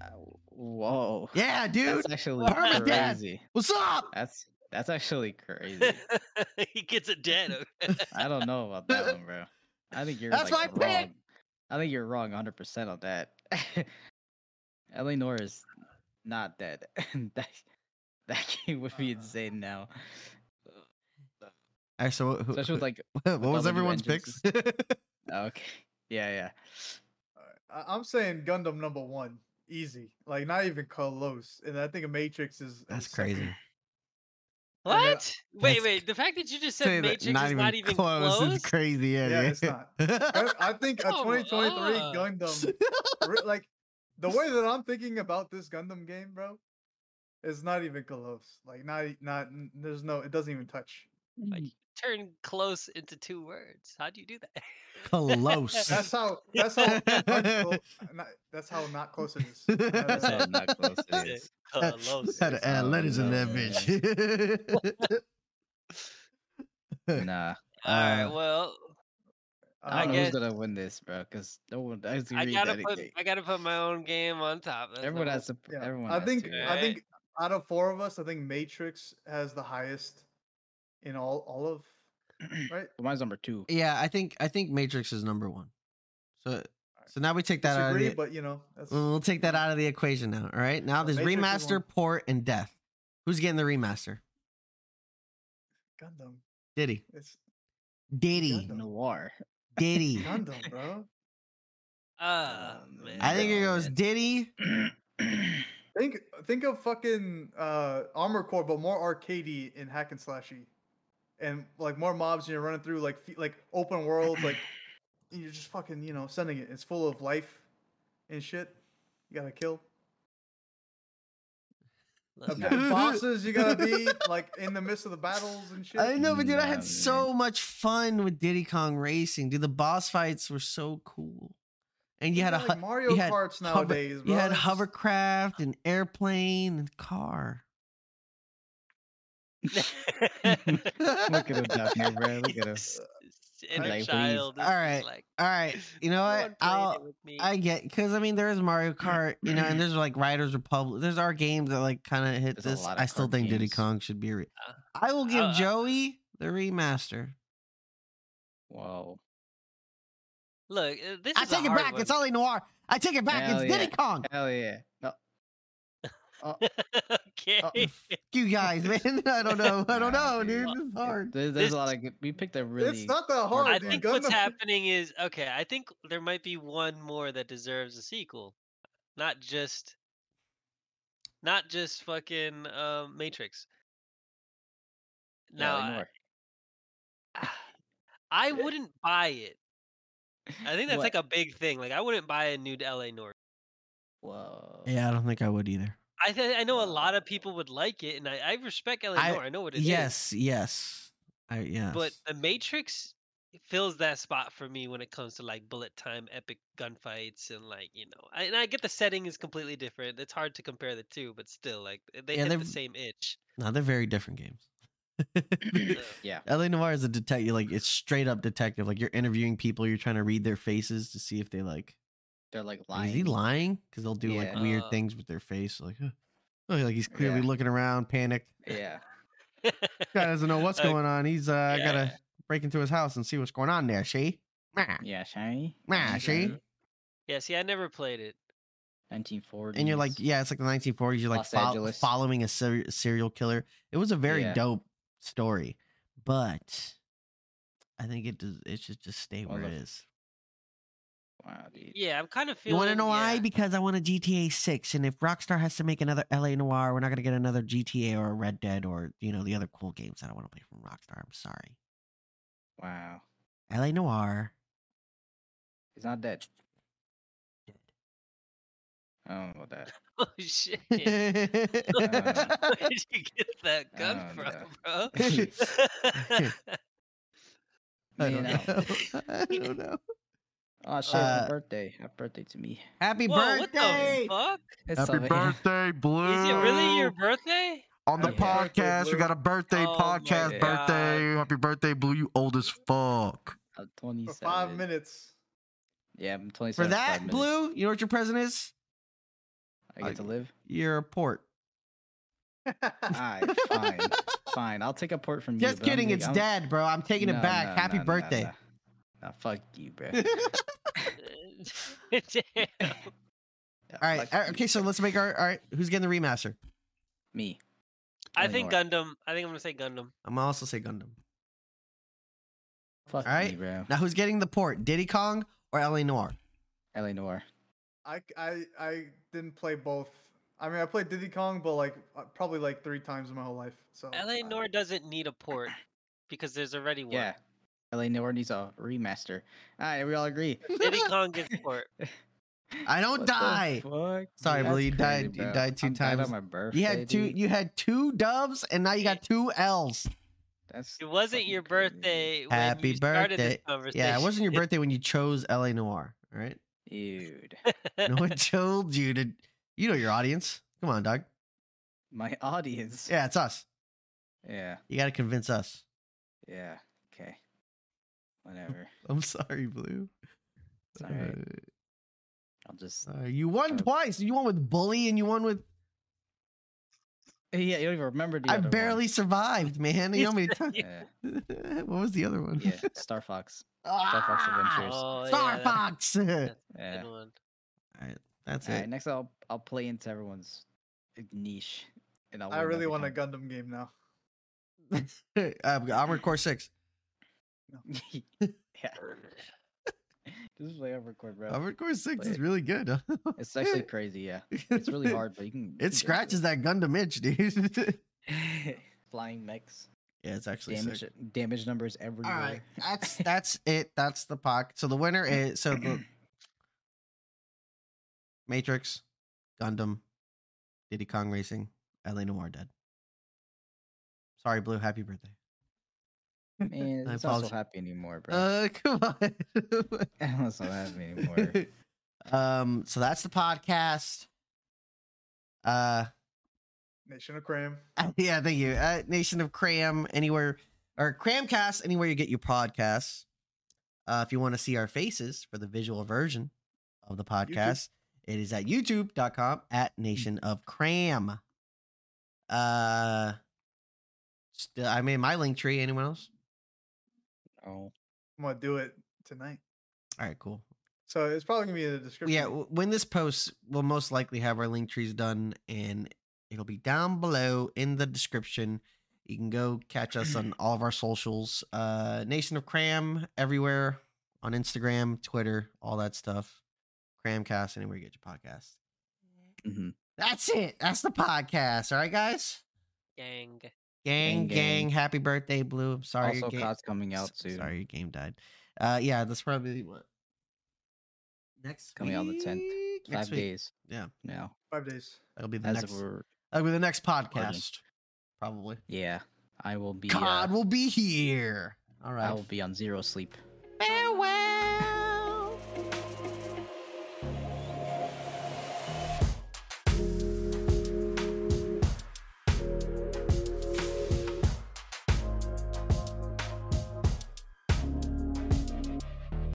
B: Uh, Whoa.
A: Yeah, dude.
B: That's actually
A: Permadeath.
B: crazy.
A: What's up?
B: That's that's actually crazy.
D: he gets it dead. okay.
B: I don't know about that one, bro. I think you're
A: That's
B: like,
A: my pick!
B: wrong. I think you're wrong 100 percent on that. Eleanor is not dead. that that game would be insane now.
A: All right, so wh- wh-
B: Especially with like
A: what was
B: W
A: everyone's
B: engines
A: picks?
B: okay, yeah, yeah.
C: I- I'm saying Gundam number one, easy. Like not even close. And I think a Matrix is is
A: That's
C: second.
A: crazy.
C: And then-
D: What? Wait,
A: That's
D: wait. The fact that you just
A: Say
D: said
A: that
D: Matrix is not even close.
A: is crazy. Yeah,
C: Yeah, it's not. I, I think a
D: Come
C: 2023
D: on.
C: Gundam, re- like the way that I'm thinking about this Gundam game, bro, is not even close. Like not e- not n- there's no it doesn't even touch.
D: Turn close into two words. How do you do that?
C: That's
A: Close.
C: how that's how unclo- not, that's how not close it is.
A: That's
C: Uh,
A: how
E: not close it is.
D: close.
A: Had to add
E: Oh,
A: letters in that
E: no.
A: bitch.
D: All
E: Nah,
D: right.
E: Uh,
D: Well,
E: I
C: Uh,
D: I
E: don't know
D: guess-
E: who's gonna win this, bro? Because no one. I, was
D: I
E: read
D: gotta
E: that
D: put
E: again.
D: I gotta put my own game on top. That's
E: everyone
D: number-
E: has to. p-
C: yeah,
E: Everyone.
C: I
E: has
C: think
E: to,
D: do
E: right?
C: I
D: it.
C: think out of four of us, I think Matrix has the highest in all all of right.
E: Well, mine's number two.
A: yeah, I think I think Matrix is number one. So so now we take that out of
C: Disagree,
A: the,
C: but you know that's
A: we'll take that out of the equation now. All right. Now
C: No,
A: there's
C: Matrix is
A: remaster,
C: one.
A: port, and death. Who's getting the remaster?
C: Gundam.
A: Diddy.
C: It's
A: Diddy.
C: Gundam.
E: Noir.
A: Diddy.
C: Gundam, bro.
D: Ah,
E: Oh,
D: man.
E: man.
A: I think it goes
E: man.
A: Diddy.
C: Think think of fucking uh, Armor Core, but more arcadey and hack and slashy, and like more mobs. And you're running through like fe- like open world, like and you're just fucking you know sending it. It's full of life and shit. You gotta kill
D: Let's
C: Okay,
D: go.
E: not-
C: bosses. You gotta be like in the midst of the battles and shit.
A: I know, but dude, I
E: Nah,
A: had so much fun with Diddy Kong Racing. Dude, the boss fights were so cool. And you
C: Think
A: had a
C: of, like
A: hu-
C: Mario
A: you had
C: Karts
A: hover-
C: nowadays.
A: you
C: bro.
A: had
C: It's-
A: hovercraft and airplane and car.
E: Look at him down here, bro. Look at him.
D: Yes. And
C: Like,
D: a
E: please.
D: child. is just
A: uh, Alright,
D: Like,
A: All right, you know
D: "No
A: what?
D: one played
A: I'll
D: it with me."
A: I get because I mean there is Mario Kart, you know, and there's like Riders Republic. There's our games that like kind of hit
E: There's a
A: this.
E: lot of
A: I still
E: kart
A: think Diddy
E: games.
A: Kong should be. Re-
D: Uh,
A: I will give
D: uh,
A: Joey the remaster.
E: Whoa.
D: Look, uh, this
A: I
D: is a
A: take it
D: hard
A: back.
D: one.
A: It's Ollie Noir. I take it back.
E: Hell
A: it's Diddy
E: yeah.
A: Kong.
E: Hell yeah. No. Oh,
D: okay.
A: Oh, you guys, man. I don't know. I don't
E: Nah,
A: know,
E: dude.
A: dude. It's hard.
E: There, there's
D: This-
E: a lot of good. We picked a really.
C: It's not that hard.
D: I
C: dude.
D: think
C: Gundam,
D: what's happening is okay. I think there might be one more that deserves a sequel, not just, not just fucking uh, Matrix.
E: Yeah,
D: Now,
E: like
D: I-
E: Noir.
D: I wouldn't buy it. I think that's
E: What?
D: like a big thing. Like I wouldn't buy a new LA North.
E: Whoa.
A: Yeah, I don't think I would either.
D: I th- I know a lot of people would like it, and I, I respect LA
A: Uh I-
D: North. I know what it is.
A: Yes, yes. I yes.
D: but the Matrix fills that spot for me when it comes to like bullet time, epic gunfights, and like you know. I, and I get the setting is completely different. It's hard to compare the two, but still, like they
A: Yeah,
D: hit the
A: they've-
D: same itch.
A: no, they're very different games.
D: Uh,
E: Yeah.
A: LA Noir is a detective, like it's straight up detective. Like you're interviewing people, you're trying to read their faces to see if they like
E: They're like
A: Is he
E: lying.
A: lying? Because they'll do like
E: Yeah.
A: weird
D: Uh,
A: things with their face, like "Huh." oh, like he's clearly
E: Yeah.
A: looking around, panicked.
E: Yeah.
A: Guy doesn't know what's
D: Uh,
A: going on. He's uh
D: yeah.
A: gotta break into his house and see what's going on there. She,
E: Yeah. Shiny.
A: Nah,
E: Shiny,
A: see?
E: shiny.
D: yeah, see, I never played it.
E: 1940s.
A: and you're like, yeah, it's like the 1940s. You're like
E: Los
A: fol-
E: Angeles.
A: following a ser- serial killer. It was a very
E: Yeah.
A: dope story, but I think it does, it should just stay
E: Well,
A: where it
E: the-
A: is.
E: Wow, dude.
D: Yeah, I'm kind of
A: You
D: feeling.
A: want to know why?
D: yeah.
A: Because I want a GTA 6. And if Rockstar has to make another LA Noir, we're not going to get another GTA or a Red Dead or, you know, the other cool games that I want to play from Rockstar. I'm sorry.
E: Wow.
A: LA Noir.
E: He's not dead. I don't know about that.
D: Oh shit! Where
A: That's
D: did you get that gun
E: Oh,
D: from,
E: no.
D: bro?
A: I
E: Man,
A: don't
E: I-
A: know. I don't know.
E: Oh shit! it's my
A: Uh,
E: birthday. Happy birthday to me.
A: Happy
D: Whoa, what the
A: birthday.
D: fuck?
E: It's Salvation-
A: Blue.
D: Is it really your birthday?
A: On
E: the Happy
C: birthday, podcast, we Blue. got
A: a birthday
D: Oh my podcast God. birthday.
A: Happy birthday, Blue. You old as fuck.
E: I'm
C: for
E: 27.
C: five minutes.
E: Yeah, I'm 27.
A: For
E: five
A: that,
E: minutes.
A: Blue, you know what your present is?
E: I get to live.
A: You're a port.
E: Alright, fine, fine. I'll take a port from you.
A: Just
E: but I'm
A: kidding.
E: gonna-
A: It's
E: I'm-
A: dad, bro. I'm taking
E: No,
A: it back.
E: no,
A: Happy
E: no, no,
A: birthday.
E: no. Nah, fuck you, bro.
D: Damn.
E: Nah,
A: All right. all
E: fuck
A: right,
E: you,
A: Okay, so
E: bro.
A: let's make our. All right. Who's getting the remaster?
E: me.
D: I
E: Ellie
D: think
E: Nor.
D: Gundam. I think I'm gonna say Gundam.
A: I'm gonna also say Gundam.
E: Fuck
A: Alright.
E: me, bro.
A: Now, who's getting the port? Diddy Kong or LA Noir?
E: Eleanor.
C: I, I I didn't play both. I mean, I played Diddy Kong, but like uh, probably like three times in my whole life.
A: Oh,
C: So I-
D: LA Noir doesn't need a port because there's already one.
B: Yeah. LA Noir needs a remaster. All right, we all agree.
D: Diddy Kong gets port.
A: I don't
B: What the
A: die.
B: fuck?
A: Sorry,
B: That's
A: Blue, you died-
B: crazy,
A: you
B: bro.
A: died two
B: I'm dead
A: times.
B: on my birthday.
A: You had two.
B: dude.
A: You had two doves, and now you got two L's.
B: That's
D: It wasn't
B: fucking
D: your
B: crazy.
D: birthday when
A: Happy
D: you started this
A: birthday.
D: conversation.
A: Yeah, it wasn't your birthday when you chose L.A. Noir. All right,
B: dude.
A: no one told you to. You know your audience. Come on, dog.
B: My audience.
A: Yeah, it's us.
B: Yeah.
A: You got to convince us.
B: Yeah. Okay. Whatever.
A: I'm sorry, Blue.
B: It's all right.
A: Uh,
B: I'll just.
A: Uh, you won
B: Uh,
A: twice. You won with bully, and you won with.
B: Yeah, you don't even remember the.
A: I
B: other one.
A: barely survived, man. You know how many times?
B: Yeah.
A: what was the other one?
B: Yeah. Star Fox. Fox
A: Ah!
B: Adventures.
D: Oh,
A: Star
D: yeah, that's
A: Fox.
D: a
B: Yeah.
D: good one.
A: That's
B: All right.
A: it.
B: Next, I'll I'll play into everyone's niche, and I'll.
C: I really want a
B: to
C: Gundam game now.
A: uh, Armored Core Six.
B: yeah. Just play overcord, bro.
A: Armored Core Six is
B: Wait.
A: really good.
B: It's actually crazy. Yeah. It's really hard, but you can.
A: It scratches that Gundam itch, dude.
B: Flying mechs.
A: yeah, it's actually
B: Damage
A: sick.
B: damage numbers everywhere.
A: All right, that's that's it. That's the pock. So the winner is so the Matrix, Gundam, Diddy Kong Racing, LA Noir dead. Sorry, Blue. Happy birthday.
B: Man,
A: I
B: it's not so
A: apologize.
B: happy anymore, bro.
A: Uh, come on.
B: I'm not so happy anymore.
A: um, so that's the podcast. Uh,
C: Nation of Cram.
A: yeah, thank you. Uh, Nation of Cram anywhere or Cramcast anywhere you get your podcasts. Uh, if you want to see our faces for the visual version of the podcast, it is at youtube.com at Nation of Cram. Uh, st- I mean, my link tree. Anyone else?
B: Oh,
C: I'm gonna do it tonight.
A: All right, cool.
C: So it's probably gonna be in the description.
A: Yeah, w- when this posts, we'll most likely have our link trees done, and it'll be down below in the description. You can go catch us on all of our socials, uh, Nation of Cram everywhere on Instagram, Twitter, all that stuff. Cramcast anywhere you get your podcast. Mm-hmm.
B: Mhm.
A: That's it. That's the podcast. All right, guys.
D: Gang.
A: Gang, gang,
B: Gang, gang.
A: happy birthday, Blue. I'm sorry. your
B: also,
A: ga-
B: COD's coming out
A: S-
B: soon.
A: Sorry, your game died. Uh, yeah, that's probably what next
B: Coming out the 10th.
A: week?
B: Five
A: Next week.
B: days.
A: Yeah.
B: Now,
C: Five days.
A: That'll be the
B: as
A: next.
B: if we're
A: That'll be the next
B: Pardon.
A: podcast, probably.
B: yeah, I will be.
A: God
B: uh,
A: will be here. All
B: I
A: right.
B: will be on zero sleep.
A: Farewell.